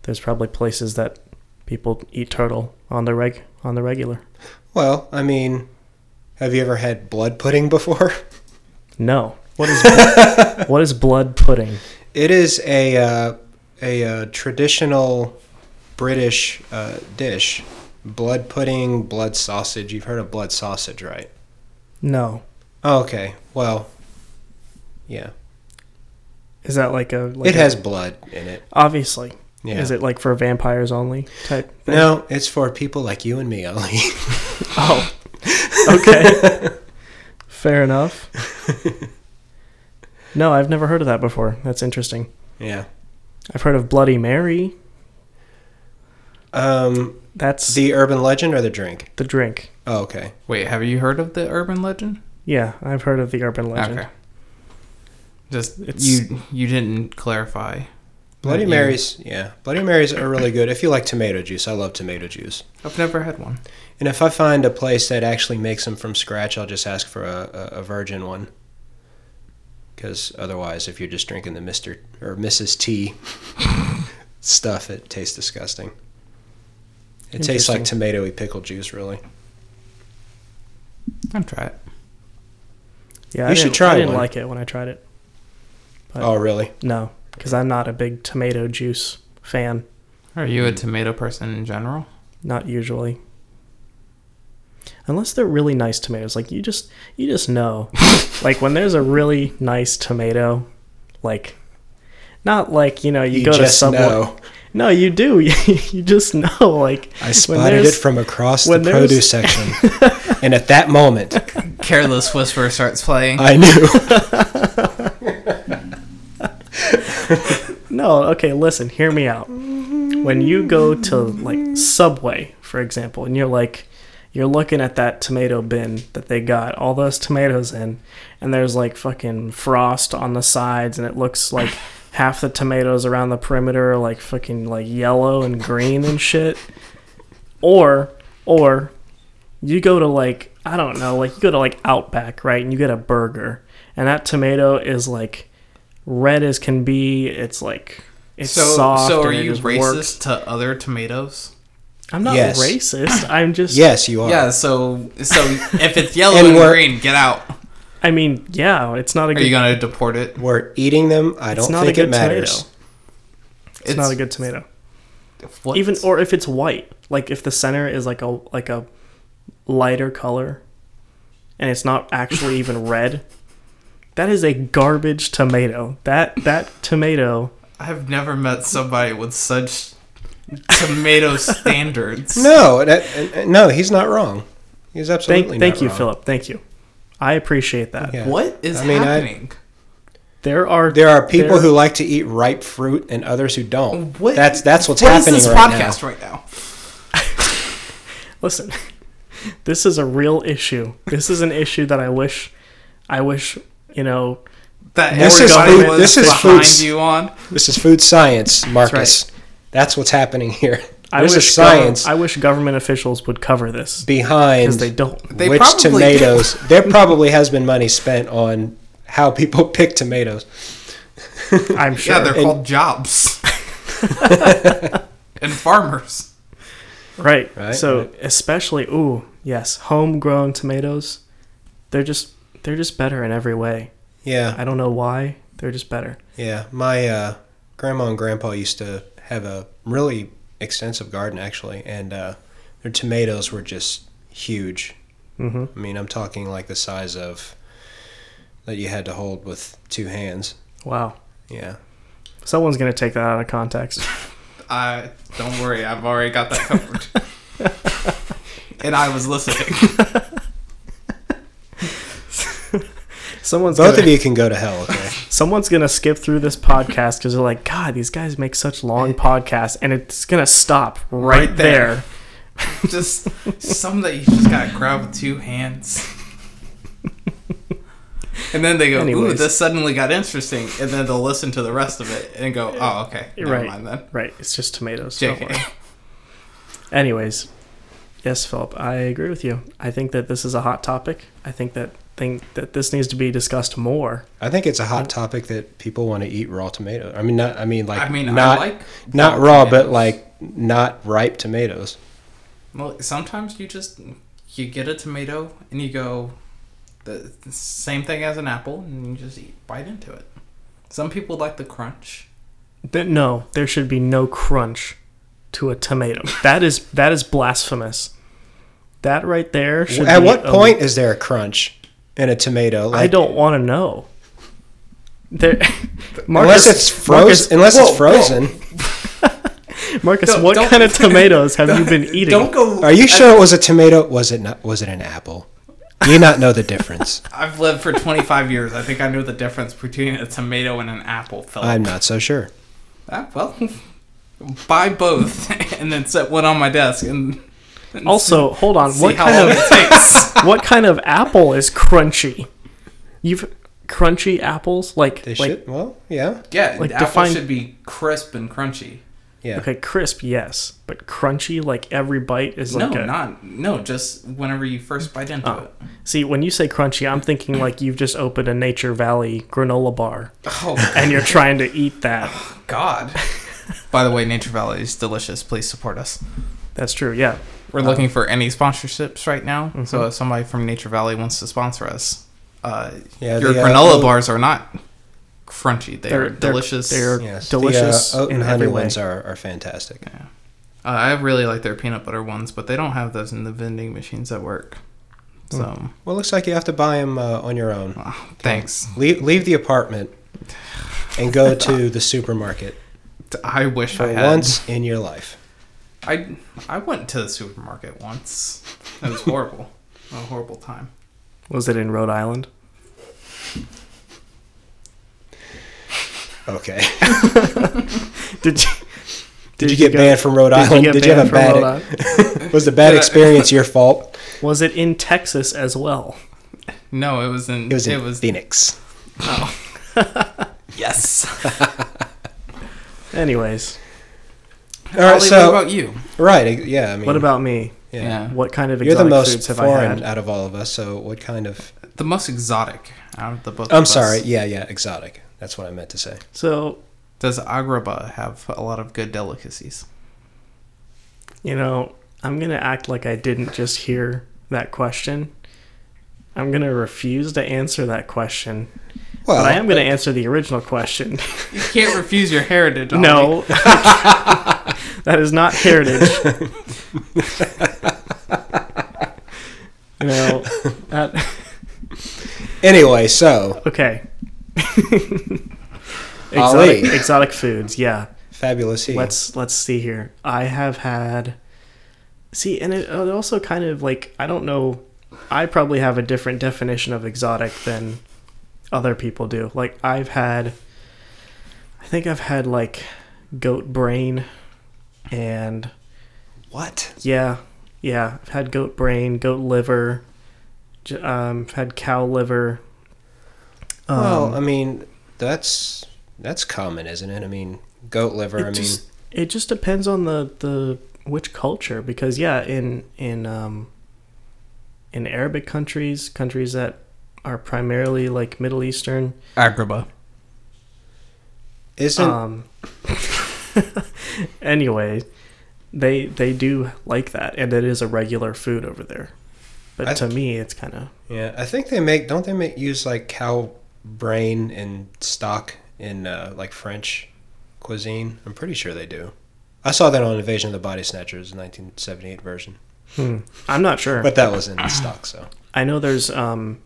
A: there's probably places that people eat turtle on the reg on the regular
C: Well, I mean, have you ever had blood pudding before?
A: no what is what is blood pudding
C: It is a uh, a uh, traditional British uh, dish. Blood pudding, blood sausage. You've heard of blood sausage, right?
A: no
C: Oh, okay. Well, yeah.
A: is that like a like
C: it
A: a-
C: has blood in it.
A: Obviously.
C: Yeah.
A: Is it like for vampires only type? thing?
C: No, it's for people like you and me, Ollie.
A: Oh. Okay. Fair enough. No, I've never heard of that before. That's interesting.
C: yeah.
A: I've heard of Bloody Mary.
C: Um,
A: That's the,
C: the urban legend or the drink?
A: the drink.
C: Oh, okay.
B: Wait, have you heard of the urban legend?
A: Yeah, I've heard of the urban legend.
B: Okay. Just
A: It's-
B: you you didn't clarify.
C: Bloody
B: Yeah.
C: Marys, yeah. Bloody Marys are really good. If you like tomato juice, I love tomato juice.
B: I've never had one.
C: And if I find a place that actually makes them from scratch, I'll just ask for a, a, a virgin one. Because otherwise, if you're just drinking the Mr. or Mrs. T stuff, it tastes disgusting. It tastes like tomatoey pickle juice, really.
B: I'll try it.
A: Yeah, I
C: You should
A: didn't,
C: try
A: I didn't
C: one.
A: like it when I tried it. But-
C: Oh, really?
A: No, because I'm not a big tomato juice fan.
B: Are you a tomato person in general?
A: Not usually. Unless they're really nice tomatoes, like you just you just know, like when there's a really nice tomato, like not like you know you,
C: You
A: go to
C: just
A: Subway.
C: know.
A: No, you do. you just know like
C: I spotted it
A: there's-
C: from across the
A: when there's-
C: produce section. and at that moment,
B: Careless Whisper starts playing.
C: I knew.
A: No, okay, listen, hear me out. When you go to like Subway, for example, and you're like you're looking at that tomato bin that they got all those tomatoes in and there's like fucking frost on the sides and it looks like half the tomatoes around the perimeter are like fucking like yellow and green and shit. Or or you go to like I don't know, like you go to like Outback, right? And you get a burger and that tomato is like red as can be. It's like it's
B: so
A: soft.
B: so are
A: and it
B: you
A: just
B: racist
A: works.
B: to other tomatoes?
A: I'm not
C: Yes.
A: racist. I'm just.
C: yes, you are.
B: Yeah, so so if it's yellow
C: And
B: and,
C: we're-
B: green, get out.
A: I mean, yeah, it's not a
B: Are
A: good.
B: you gonna deport it?
C: We're eating them. I
A: it's
C: don't
A: not a
C: think it
A: good
C: matters.
A: tomato. It's, not a good tomato.
B: What?
A: Even or if it's white, like if the center is like a like a lighter color, and it's not actually even red. That is a garbage tomato. That that tomato.
B: I've never met somebody with such tomato standards.
C: No, that, and- and- no, he's not wrong. He's
A: Thank
C: absolutely
A: thank
C: not
A: you,
C: wrong.
A: Philip. Thank you. I appreciate that.
C: Yeah.
B: What is
C: I mean, I-
B: happening?
A: There are
C: There are people
A: there-
C: who like to eat ripe fruit and others who don't.
B: What-
C: That's that's what's
B: what is
C: happening
B: this
C: right
B: podcast
C: now.
B: right now?
A: listen this is a real issue this is an issue that i wish i wish you know
B: That
C: This is
B: everybody
C: food-
B: was
C: this is
B: behind
C: food-
B: you on.
C: This is food science, Marcus. That's, what's happening here.
A: i
C: There's a
A: wish
C: science
A: gov- i wish government officials would cover this
C: behind
A: because they don't
B: They
C: which
B: probably do.
C: tomatoes. there probably has been money spent on how people pick tomatoes.
A: i'm sure
B: Yeah, they're
C: And-
B: called jobs and farmers.
A: right,
C: Right,
A: so
C: right.
A: especially ooh yes homegrown tomatoes they're just they're just better in every way
C: Yeah,
A: i don't know why they're just better
C: yeah. My uh, grandma and grandpa used to have a really extensive garden actually, and uh, their tomatoes were just huge.
A: hmm
C: I mean, I'm talking like the size of that you had to hold with two hands.
A: wow
C: Yeah.
A: someone's gonna take that out of context
B: I don't worry, I've already got that covered. and I was listening.
A: someone's
C: Both
A: gonna,
C: of you can go to hell, okay?
A: someone's gonna skip through this podcast because they're like, God, these guys make such long podcasts, and it's gonna stop right,
B: Right there.
A: there.
B: Just some that you just gotta grab with two hands. And then they go, ooh,
A: Anyways.
B: this suddenly got interesting. And then they'll listen to the rest of it and go, oh, okay. Never
A: right,
B: mind then.
A: right. It's just tomatoes. don't
B: JK.
A: worry. Anyways, yes, Philip, I agree with you. I think that this is a hot topic. I think that think that this needs to be discussed more.
C: I think it's a hot topic that people want to eat raw tomatoes. I mean, not. I mean, like,
B: I mean, I
C: not
B: like
C: not
B: raw
C: raw, but
B: tomatoes.
C: like not ripe tomatoes.
B: Well, sometimes you just you get a tomato and you go the, the same thing as an apple and you just eat, bite into it. Some people like the crunch.
A: Th- no, there should be no crunch to a tomato. That is that is blasphemous. That right there should.
C: At
A: be
C: what
A: a-
C: point is there a crunch in a tomato?
A: I
C: Like,
A: don't want to know. There,
C: unless
A: Marcus-
C: it's frozen. Unless
B: whoa,
C: it's frozen.
A: Marcus,
B: Don't-
A: what
B: don't-
A: kind of tomatoes have you been eating?
B: Don't go.
C: Are you sure it was a tomato? Was it not? Was it an apple? Do you not know the difference?
B: I've lived for 25 years. I think I know the difference between a tomato and an apple, Philip.
C: I'm not so sure.
B: Ah, well, buy both and then set one on my desk and, and
A: Also, hold on.
B: see
A: What
B: how
A: kind
B: long
A: of
B: it takes.
A: what kind of apple is crunchy? You've crunchy apples like
C: They
A: like
C: should. Well, yeah,
B: yeah,
A: Like,
B: the apple
A: define-
B: should be crisp and crunchy.
C: yeah.
A: okay crisp yes, but crunchy like every bite is like
B: no,
A: a
B: not no. Just whenever you first bite into
A: Oh.
B: it.
A: see when you say crunchy I'm thinking like you've just opened a Nature Valley granola bar
B: Oh
A: and you're trying to eat that.
B: God! By the way, Nature Valley is delicious. Please support us.
A: That's true. Yeah,
B: We're looking for any sponsorships right now.
A: mm-hmm.
B: So if somebody from Nature Valley wants to sponsor us, uh,
C: Yeah,
B: your
C: the, uh,
B: granola
C: oat-
B: bars are not crunchy. They are
A: They're- they're-
B: delicious.
A: they're-
C: Yes,
A: Delicious
C: The, uh, oat and
A: in
C: honey
A: every way.
C: ones are, are fantastic.
B: Uh, I really like their peanut butter ones, but they don't have those in the vending machines at work.
A: Hmm.
B: So
C: Well, it looks like you have to buy them uh, on your own.
B: ah, thanks.
C: Leave, leave the apartment and go to the supermarket
B: I wish I
C: for
B: had.
C: once in your life.
B: I I went to the supermarket once. It was horrible. a horrible time.
A: was it in Rhode Island?
C: Okay.
A: Did you,
C: Did, you get
A: go-
C: banned from Rhode Island?
A: get
C: Did you have a
A: banned from Rhode
C: bad?
A: Island?
C: Was the bad
B: Yeah.
C: experience your fault?
A: Was it in Texas as well?
B: No, it was in
C: It was in Phoenix.
B: yes.
A: Anyways,
C: All right.
B: Ollie,
C: so
B: what about you?
C: right. e-, Yeah. I mean,
A: what about me?
C: yeah.
A: What kind of
C: You're the
A: exotic
C: most
A: foods have I had?
C: foreign out of all of us. So what kind of?
B: The most exotic out of the both.
C: I'm
B: of us.
C: sorry. Yeah. Yeah. Exotic. That's what I meant to say.
A: So
B: Does Agrabah have a lot of good delicacies?
A: you know, I'm gonna act like I didn't just hear that question. I'm gonna refuse to answer that question,
C: Well,
A: but I am gonna answer the original question.
B: You can't refuse your heritage. Ollie.
A: no, that is not heritage. no, that.
C: Anyway, so
A: Okay.
C: Ali.
A: exotic, exotic foods, yeah.
C: fabulous. He.
A: Let's let's see here. I have had See, and it, it also kind of like I don't know I probably have a different definition of exotic than other people do. Like I've had I think I've had like goat brain and
C: what?
A: yeah, yeah. I've had goat brain, goat liver, j- um, I've had cow liver. Um,
C: well, I mean, that's that's common, isn't it? I mean, goat liver. I
A: it
C: mean,
A: just, it just depends on the the which culture because yeah in in um in arabic countries countries that are primarily like middle eastern
B: Agrabah.
C: isn't
A: um anyway they they do like that and it is a regular food over there but
C: I-
A: to me it's kind of
C: yeah? I think they make don't they make use like cow brain and stock in uh, like French cuisine? I'm pretty sure they do. I saw that on Invasion of the Body Snatchers, the 1978 version,
A: i'm not sure
C: but that was in stock. So
A: I know there's um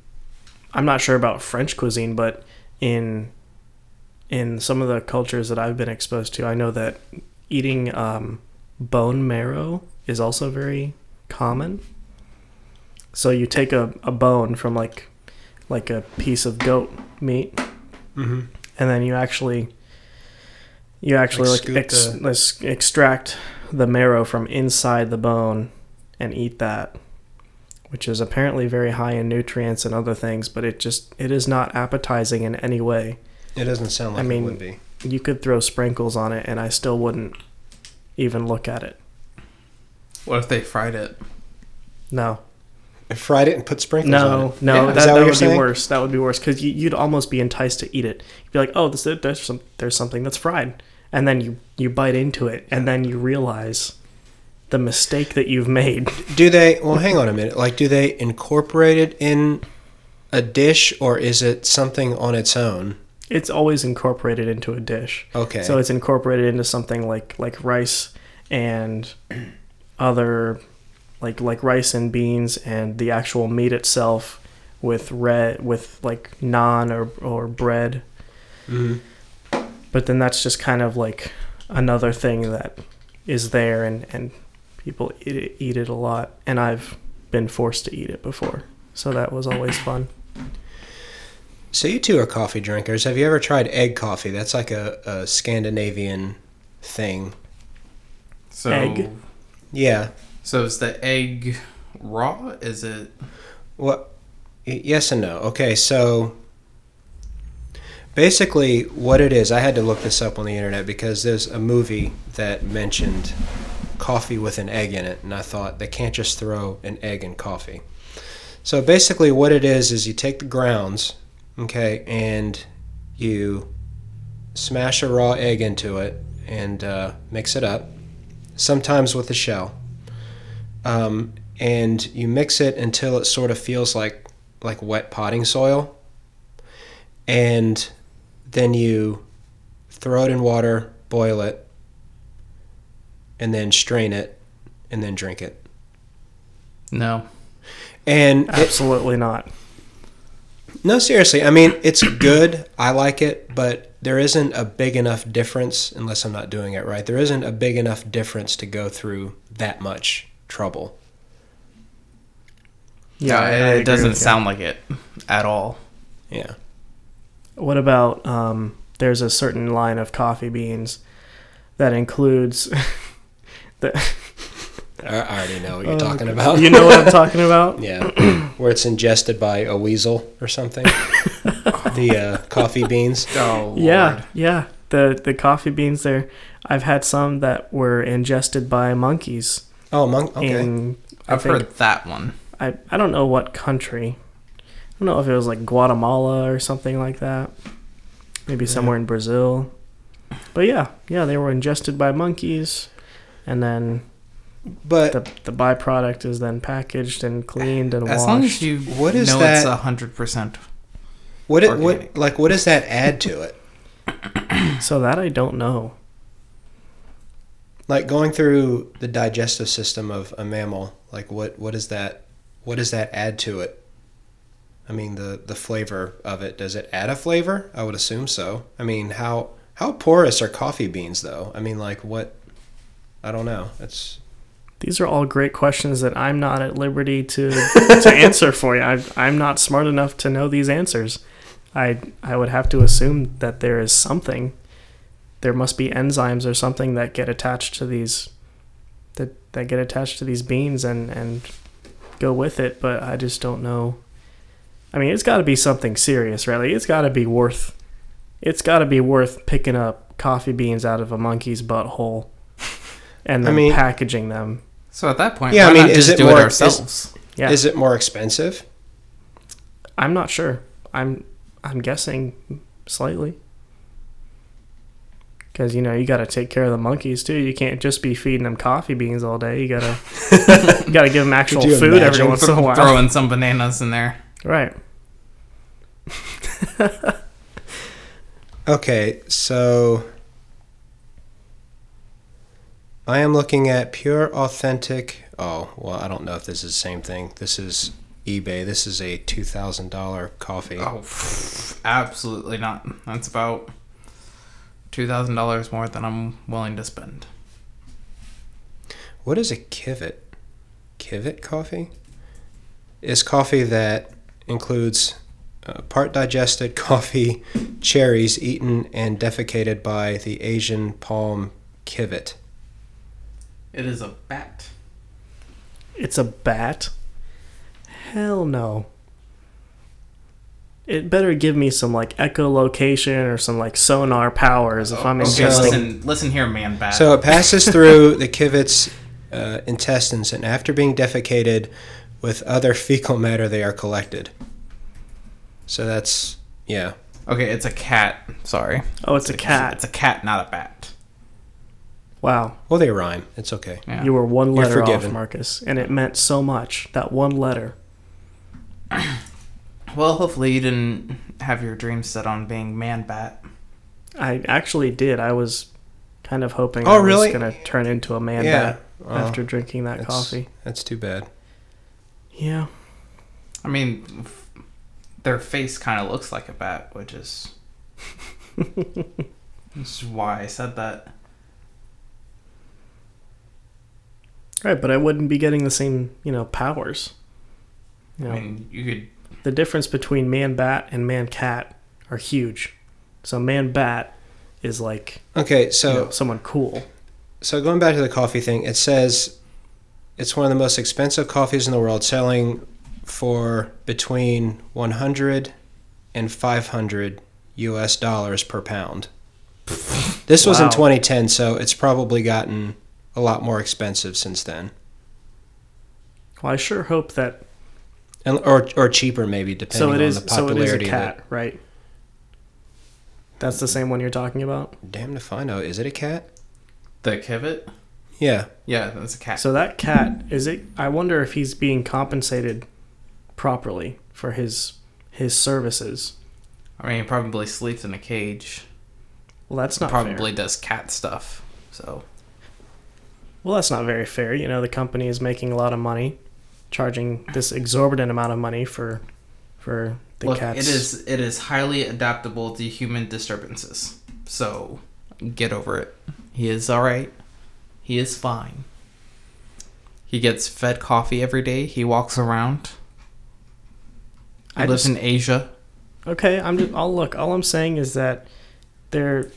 A: I'm not sure about French cuisine, but in in some of the cultures that I've been exposed to, I know that eating um bone marrow is also very common. So you take a, a bone from like like a piece of goat meat and then you actually you actually
C: Like
A: like,
C: scoop
A: ex-
C: the-
A: let's extract the marrow from inside the bone and eat that which is apparently very high in nutrients and other things but it just it is not appetizing in any way
C: it doesn't sound like
A: I mean-
C: it would be.
A: you could throw sprinkles on it and i still wouldn't even look at it
B: What if they fried it?
A: no
C: They fried it and put sprinkles on
A: no
C: it.
A: no
B: Yeah.
A: that,
C: Is that
A: that,
C: what you're
A: would be
C: saying?
A: worse that would be worse because you, you'd almost be enticed to eat it you'd be like oh this, there's, some, there's something that's fried and then you, you bite into it and then you realize the mistake that you've made
C: Do they? Well, hang on a minute. Like, do they incorporate it in a dish, or is it something on its own?
A: it's always incorporated into a dish.
C: Okay.
A: So it's incorporated into something like like rice and other like like rice and beans and the actual meat itself with red with like naan or or bread. Mm-hmm. But then that's just kind of like another thing that is there and and people eat it, eat it a lot and I've been forced to eat it before. So that was always fun.
C: So you two are coffee drinkers. Have you ever tried egg coffee? That's like a, a Scandinavian thing
B: So
A: Egg.
C: Yeah.
B: So is the egg raw? Is it
C: Well, y- yes and no. Okay, so basically, what it is, I had to look this up on the internet because there's a movie that mentioned coffee with an egg in it, and I thought they can't just throw an egg in coffee. So basically, what it is is you take the grounds, okay, and you smash a raw egg into it and uh, mix it up, sometimes with a shell. Um, and you mix it until it sort of feels like like wet potting soil and then you throw it in water boil it and then strain it and then drink it
B: no?
C: and it-
A: Absolutely not.
C: no seriously i mean it's good i like it but there isn't a big enough difference unless i'm not doing it right there isn't a big enough difference to go through that much trouble
B: Yeah,
A: I- I
B: it,
A: agree
B: doesn't
A: with you.
B: sound like it at all.
C: yeah
A: What about um, there's a certain line of coffee beans that includes the
C: i I already know what you're talking about
A: Uh, you know what I'm talking about?
C: Yeah, where it's ingested by a weasel or something. the uh, coffee beans.
B: Oh
A: Yeah, yeah. The the coffee beans there. I've had some that were ingested by monkeys
C: Oh, monk. Okay.
A: in I
B: I've
A: think,
B: heard that one.
A: I, I don't know what country. I don't know if it was like Guatemala or something like that. Maybe somewhere in Brazil. But yeah, yeah, they were ingested by monkeys and then
C: But
A: the the byproduct is then packaged and cleaned and
B: As
A: washed.
B: long as you
C: What is
B: know it's
C: that-
B: a hundred percent.
C: what it what
B: organic.
C: like what does that add to it?
A: so that I don't know.
C: Like going through the digestive system of a mammal. Like what what is that? What does that add to it? I mean the the flavor of it. Does it add a flavor? I would assume so. I mean how how porous are coffee beans though? I mean like what? I don't know. It's
A: These are all great questions that I'm not at liberty to to answer for you. I, I'm not smart enough to know these answers. I I would have to assume that there is something. There must be enzymes or something that get attached to these that that get attached to these beans and and go with it. But I just don't know. I mean, it's got to be something serious, really. It's got to be worth. It's got to be worth picking up coffee beans out of a monkey's butthole, and
C: I
A: then
C: mean-
A: packaging them.
B: So at that point,
C: Yeah,
B: yeah, why
C: I mean,
B: not
C: is
B: just
C: it
B: do
C: more-
B: it
C: is-
B: ourselves?
A: Yeah.
C: is it more expensive?
A: I'm not sure. I'm I'm guessing slightly. Cause you know you got to take care of the monkeys too. You can't just be feeding them coffee beans all day. You gotta you gotta give them actual
C: you
A: food every
C: imagine?
A: once in a while,
B: Throwing some bananas in there.
A: right?
C: Okay, so I am looking at pure authentic. Oh, well, I don't know if this is the same thing. This is eBay. This is a $2,000 coffee.
B: Oh, pff, absolutely not. That's about two thousand dollars more than I'm willing to spend.
C: What is a civet? Civet coffee? Is coffee that includes uh, part digested coffee, cherries eaten and defecated by the Asian palm civet.
B: It is a bat.
A: It's a bat. Hell no. It better give me some like echolocation or some like sonar powers
C: Oh,
A: if I'm
B: okay,
A: ingesting.
B: listen, listen here, man, bat.
C: So it passes through the civet's uh, intestines, and after being defecated with other fecal matter, they are collected. So that's yeah.
B: okay, it's a cat. Sorry,
A: Oh, it's a
B: It's
A: cat.
B: a cat, not a bat.
A: Wow.
C: Well, they rhyme. It's okay.
B: Yeah.
A: You were one letter off,
C: forgiven.
A: Marcus, and it meant so much. That one letter.
B: Well, hopefully you didn't have your dreams set on being man bat.
A: I actually did. I was kind of hoping
C: Oh,
A: I was
C: really?
A: going to turn into a man
C: Yeah.
A: bat
C: Oh,
A: after drinking that
C: that's-
A: coffee.
C: That's too bad.
A: Yeah.
B: I mean, f- their face kind of looks like a bat, which is. This is why I said that.
A: Right, but I wouldn't be getting the same, you know, powers. You know,
B: I mean, you could.
A: the difference between man bat and man cat are huge. So man bat is like
C: Okay,
A: you
C: so
A: know, someone cool.
C: so going back to the coffee thing, it says it's one of the most expensive coffees in the world, selling for between 100 and 500 US dollars per pound. This was
A: Wow.
C: in 2010, so it's probably gotten a lot more expensive since then.
A: Well, I sure hope that
C: And, or, or cheaper maybe depending
A: so it is
C: on the
A: so it
C: popularity
A: is a
C: of
A: cat, right? That's the same one you're talking about.
C: it. Damn if I know. Is it a cat?
B: The Kivit?
C: Yeah.
B: Yeah, that's a cat.
A: So that cat is it? I wonder if he's being compensated properly for his his services.
B: I mean, he probably sleeps in a cage.
A: Well, that's not fair.
B: Probably does cat stuff. So
A: Well, that's not very fair. You know, the company is making a lot of money, charging this exorbitant amount of money for for the
B: look,
A: cats.
B: it is it is highly adaptable to human disturbances. So get over it. He is all right. He is fine. He gets fed coffee every day. He walks around. He
A: I
B: lives
A: just-
B: in Asia.
A: okay. I'm just. I'll look. All I'm saying is that there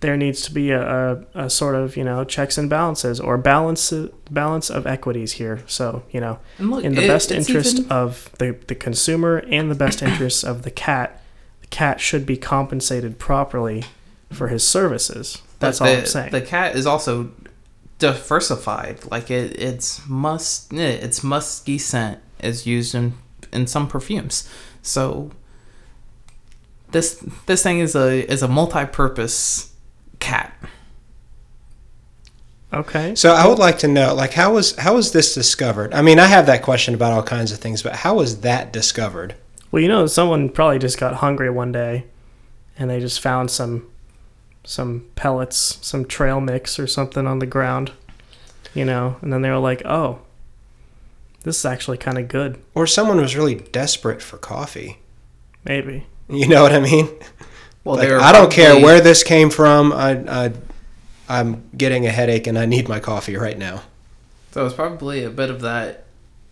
A: there needs to be a, a, a sort of you know checks and balances or balance balance of equities here. So you know,
B: And look,
A: in the
B: it-
A: best
B: it's
A: interest
B: even-
A: of the the consumer and the best interests of the cat, the cat should be compensated properly for his services. That's
B: But
A: all
B: the,
A: I'm saying.
B: The cat is also diversified. Like it, it's musk, eh, it's musky scent is used in in some perfumes. So this this thing is a is a multi-purpose cat.
A: okay.
C: So I would like to know, like, how was how was this discovered? I mean, I have that question about all kinds of things, but how was that discovered?
A: Well, you know, someone probably just got hungry one day, and they just found some some pellets, some trail mix or something on the ground, you know, and then they were like, "Oh, this is actually kind of good,
C: Or someone was really desperate for coffee.
A: maybe."
C: You know what I mean?
B: Well,
C: Like,
B: they're
C: I don't care
B: probably-
C: where this came from. I, I I'm getting a headache and I need my coffee right now.
B: So it's probably a bit of that.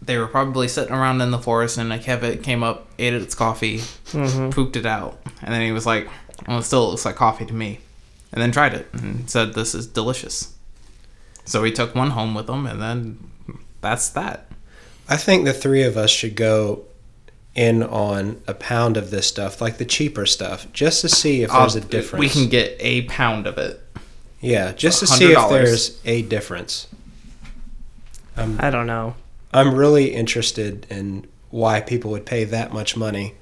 B: They were probably sitting around in the forest, and a Kevit came up, ate its coffee,
A: Mm-hmm.
B: pooped it out, and then he was like, "Well, it still looks like coffee to me," and then tried it and said, "This is delicious." So he took one home with him, and then that's that.
C: I think the three of us should go in on a pound of this stuff, like the cheaper stuff, just to see if there's a
B: Uh,
C: difference.
B: We can get a pound of it.
C: yeah, just to see if
B: $100.
C: there's a difference.
A: I don't know.
C: I'm really interested in why people would pay that much money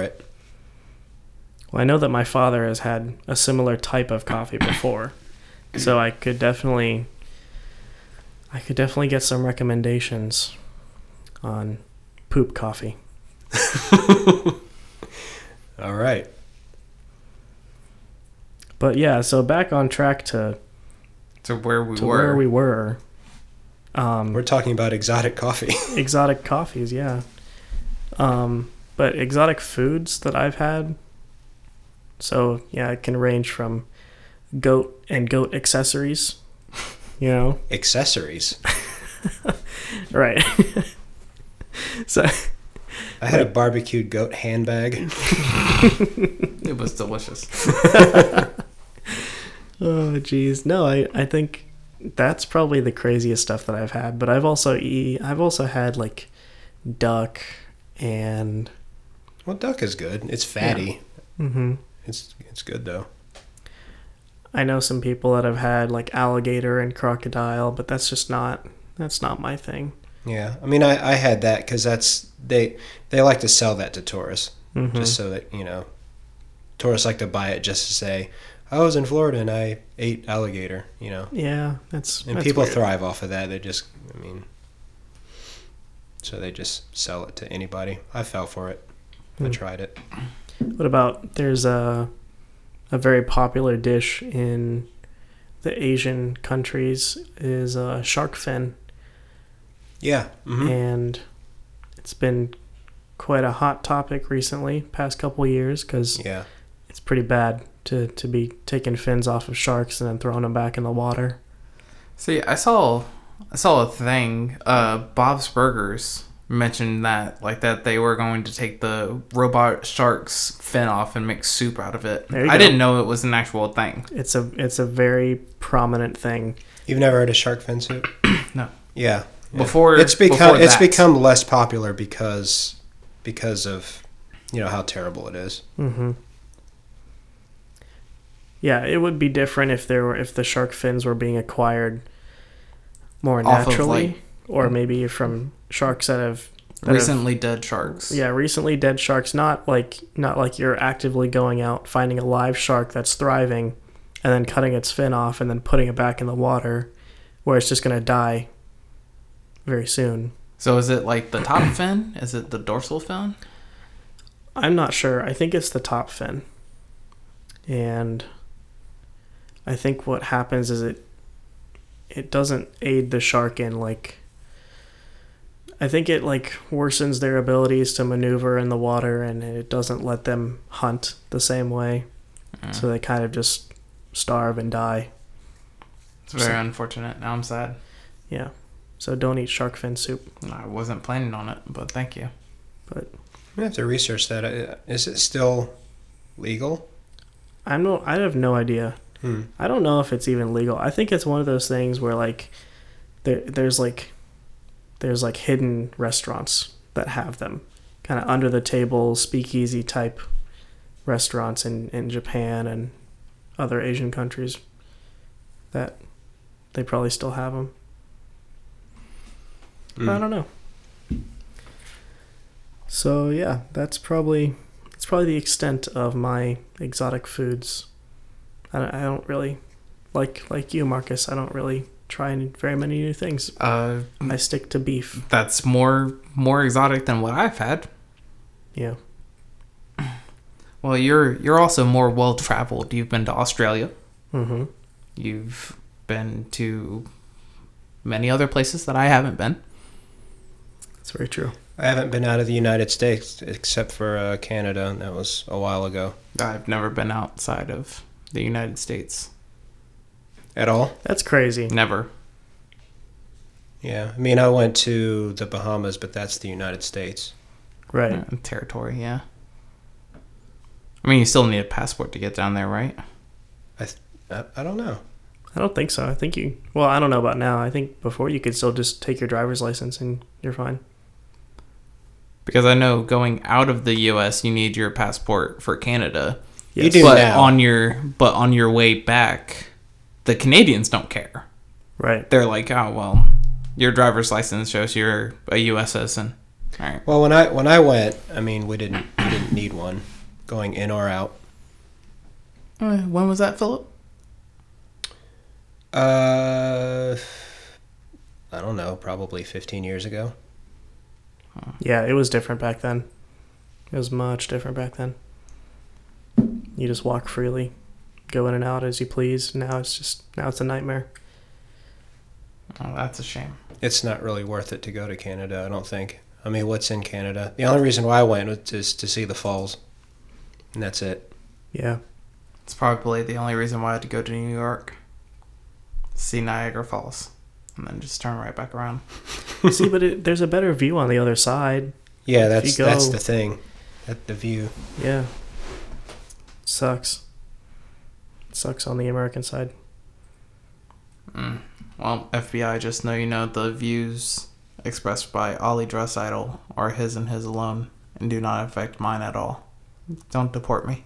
C: it.
A: Well, I know that my father has had a similar type of coffee before, so I could definitely I could definitely get some recommendations on poop coffee.
C: All right.
A: But yeah, so back on track to
B: To where we
A: to
B: were.
A: where we were. Um,
C: We're talking about exotic coffee.
A: exotic coffees, yeah. Um, but exotic foods that I've had. So yeah, it can range from goat and goat accessories. You know,
C: Accessories.
A: right? so
C: I had a barbecued goat handbag.
B: It was delicious.
A: Oh geez, no, I, I think that's probably the craziest stuff that I've had. But I've also e I've also had like duck and
C: Well, duck is good. It's fatty. Mm-hmm.
A: hmm
C: It's it's good though.
A: I know some people that have had like alligator and crocodile, but that's just not that's not my thing.
C: Yeah. I mean, I, I had that because that's they they like to sell that to tourists
A: Mm-hmm.
C: just so that you know tourists like to buy it just to say I was in Florida and I ate alligator. You know,
A: Yeah, that's
C: and
A: that's
C: people
A: weird.
C: thrive off of that. They just I mean, so they just sell it to anybody. I fell for it. I tried it.
A: What about there's a a very popular dish in the Asian countries is uh, shark fin,
C: Yeah. hmm
A: and it's been quite a hot topic recently, past couple years, because
C: Yeah.
A: it's pretty bad to to be taking fins off of sharks and then throwing them back in the water.
B: See, I saw I saw a thing. Uh, Bob's Burgers mentioned that like that they were going to take the robot shark's fin off and make soup out of it.
A: There you
B: I
A: go.
B: didn't know it was an actual thing.
A: It's a it's a very prominent thing.
C: You've never heard of shark fin soup?
B: No.
C: Yeah.
B: Before
C: it's become
B: before
C: it's
B: that.
C: become less popular because because of you know how terrible it is.
A: Mm-hmm. Yeah, it would be different if there were if the shark fins were being acquired more
B: Off of,
A: naturally,
B: like-
A: or maybe from sharks that have that have-
B: recently dead sharks.
A: yeah, recently dead sharks. Not like not like you're actively going out finding a live shark that's thriving, and then cutting its fin off and then putting it back in the water, where it's just gonna die. Very soon.
B: So is it like the top fin? Is it the dorsal fin?
A: I'm not sure. I think it's the top fin. And I think what happens is it it doesn't aid the shark in like I think it like worsens their abilities to maneuver in the water and it doesn't let them hunt the same way. So they kind of just starve and die.
B: It's very unfortunate. Now I'm sad.
A: Yeah. So don't eat shark fin soup.
B: I wasn't planning on it, but thank you.
A: But
C: I'm gonna have to research that. Uh, Is it still legal?
A: I'm no I have no idea.
C: Hmm.
A: I don't know if it's even legal. I think it's one of those things where like there there's like there's like hidden restaurants that have them. Kind of under the table speakeasy type restaurants in in Japan and other Asian countries that they probably still have them.
B: Mm.
A: I don't know. So yeah, that's probably that's probably the extent of my exotic foods. I don't, I don't really like like you, Marcus. I don't really try any- very many new things.
B: Uh,
A: I stick to beef.
B: that's more more exotic than what I've had.
A: Yeah,
B: Well, you're you're also more well traveled. You've been to Australia.
A: mm-hmm.
B: You've been to many other places that I haven't been.
A: that's very true.
C: I haven't been out of the United States except for uh, Canada, and that was a while ago.
B: I've never been outside of the United States.
C: At all?
A: That's crazy.
B: Never.
C: Yeah. I mean, I went to the Bahamas, but that's the United States.
A: Right?
B: Uh, Territory, yeah. I mean, you still need a passport to get down there, right?
C: I th- I, I don't know.
A: I don't think so. I think you. Well, I don't know about now. I think before you could still just take your driver's license and you're fine.
B: Because I know going out of the U.S., you need your passport for Canada.
A: Yes.
C: You do
B: but
C: now.
B: on your but on your way back, the Canadians don't care.
A: Right.
B: They're like, oh well, your driver's license shows you're a U.S. citizen. All right.
C: Well, when I when I went, I mean, we didn't we didn't need one, going in or out.
B: Uh, When was that, Philip?
C: Uh, I don't know. Probably 15 years ago.
A: Yeah, it was different back then. It was much different back then. You just walk freely, go in and out as you please. Now it's just now it's a nightmare.
B: Oh, that's a shame.
C: It's not really worth it to go to Canada. I don't think. I mean, what's in Canada? The only reason why I went was just to see the falls, and that's it.
A: Yeah.
B: It's probably the only reason why I had to go to New York, see Niagara Falls, and then just turn right back around.
A: See, but it, there's a better view on the other side.
C: Yeah, that's
A: you go-
C: that's the thing. That the view.
A: Yeah. Sucks. Sucks on the American side.
B: Well, FBI, just know you know the views expressed by Ollie Dressidle are his and his alone, and do not affect mine at all. Don't deport me.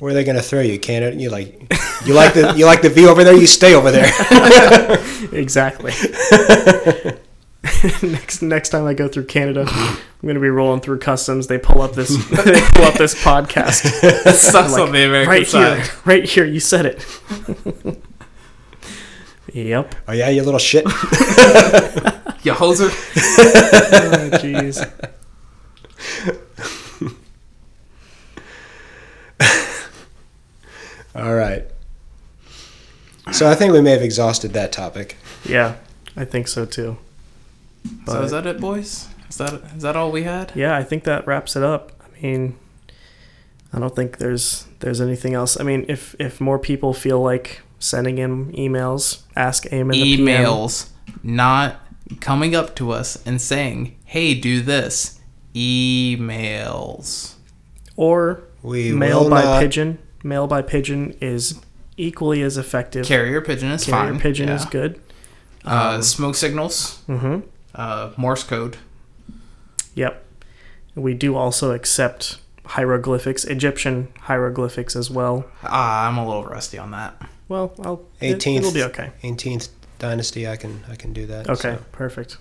C: Where are they gonna throw you, Canada? You like, you like the you like the view over there. You stay over there.
A: Exactly. next next time I go through Canada, I'm gonna be rolling through customs. They pull up this they pull up this podcast.
B: Sucks on the American
A: right
B: side.
A: here. Right here, you said it. yep.
C: Oh yeah, you little shit.
B: You hoser.
A: Oh, Jeez.
C: All right. So I think we may have exhausted that topic.
A: yeah, I think so too.
B: So
A: But-
B: is that it, boys? Is that is that all we had?
A: yeah, I think that wraps it up. I mean, I don't think there's there's anything else. I mean, if if more people feel like sending in emails, ask aim in the PM.
B: Emails, not coming up to us and saying, "Hey, do this." Emails.
A: Or
C: We
A: mail
C: will
A: by
C: not-
A: pigeon. Mail by pigeon is equally as effective.
B: Carrier pigeon is
A: Carrier
B: fine.
A: pigeon
B: yeah.
A: is good.
B: Uh, smoke signals.
A: Mhm.
B: Uh, Morse code.
A: Yep. We do also accept hieroglyphics, Egyptian hieroglyphics as well.
B: Ah, I'm a little rusty on that.
A: Well, I'll it,
C: 18th.
A: it'll be okay.
C: 18th dynasty. I can I can do that.
A: Okay,
C: so.
A: perfect.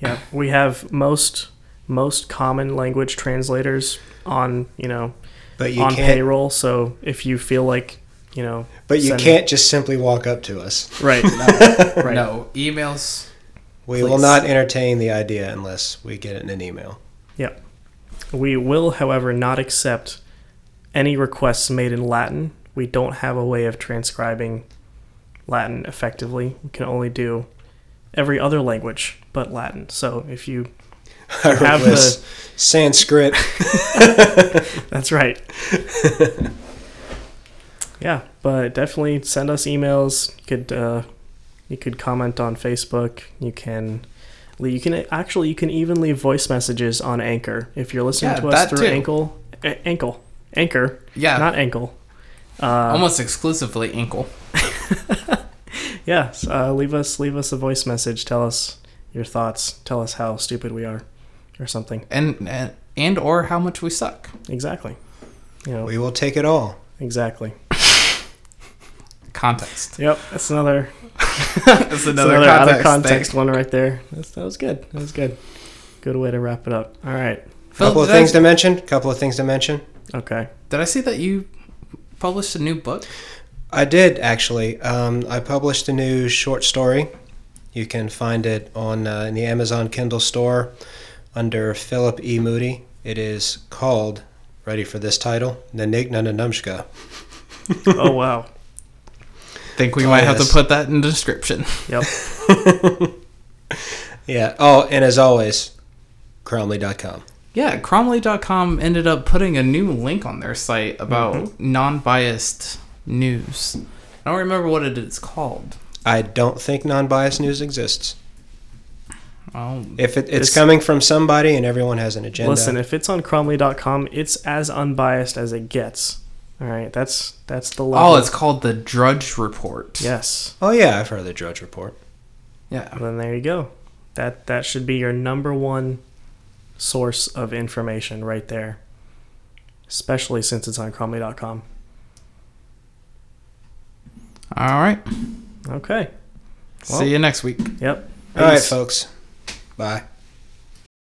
A: Yeah, we have most most common language translators on you know
C: But you
A: on
C: can't.
A: payroll. So if you feel like you know,
C: But you
A: send-
C: can't just simply walk up to us.
A: right right
B: No emails.
C: We will
B: Please.
C: not entertain the idea unless we get it in an email.
A: Yep. We will, however, not accept any requests made in Latin. We don't have a way of transcribing Latin effectively. We can only do every other language but Latin. So if you
C: I
A: have
C: request Sanskrit.
A: That's right. yeah, but definitely send us emails. You could uh, you could comment on Facebook. You can you can actually you can even leave voice messages on Anchor if you're listening
B: Yeah,
A: to us
B: that
A: through
B: too.
A: Ankle A- Ankle Anchor.
B: Yeah.
A: not Ankle.
B: Almost exclusively ankle.
A: Yeah, so, uh, leave us leave us a voice message. Tell us your thoughts. Tell us how stupid we are, or something.
B: and and, and or how much we suck.
A: Exactly. You know
C: we will take it all.
A: exactly.
B: Context.
A: Yep, that's another
B: That's
A: another, another out of
B: thing.
A: context one right there. That's, that was good. That was good. Good way to wrap it up. All right.
B: Phil,
C: couple of
B: did I-
C: things to mention. Couple of things to mention.
A: Okay.
B: Did I see that you published a new book?
C: I did actually. Um, I published a new short story. You can find it on uh, in the Amazon Kindle store under Philip E. Moody. It is called. Ready for this title? Nanigna Nanumshka.
A: Oh wow.
B: Think we
C: Oh,
B: might have
C: yes.
B: to put that in the description.
A: Yep.
C: Yeah. Oh, and as always, Cromley.com.
B: Yeah, Cromley.com ended up putting a new link on their site about non-biased news. I don't remember what it is called.
C: I don't think non-biased news exists.
B: Well,
C: If it, it's
A: This-
C: coming from somebody and everyone has an agenda,
A: Listen, if it's on Cromley.com, it's as unbiased as it gets. All right. That's that's the level.
B: oh, it's called the Drudge Report.
A: yes.
C: oh yeah, I've heard the Drudge Report.
B: Yeah.
A: Then there you go. That that should be your number one source of information right there. Especially since it's on Cromley.com.
B: All right.
A: Okay. Well-
B: see you next week.
A: Yep.
C: All right,
A: Peace.
C: folks. Bye.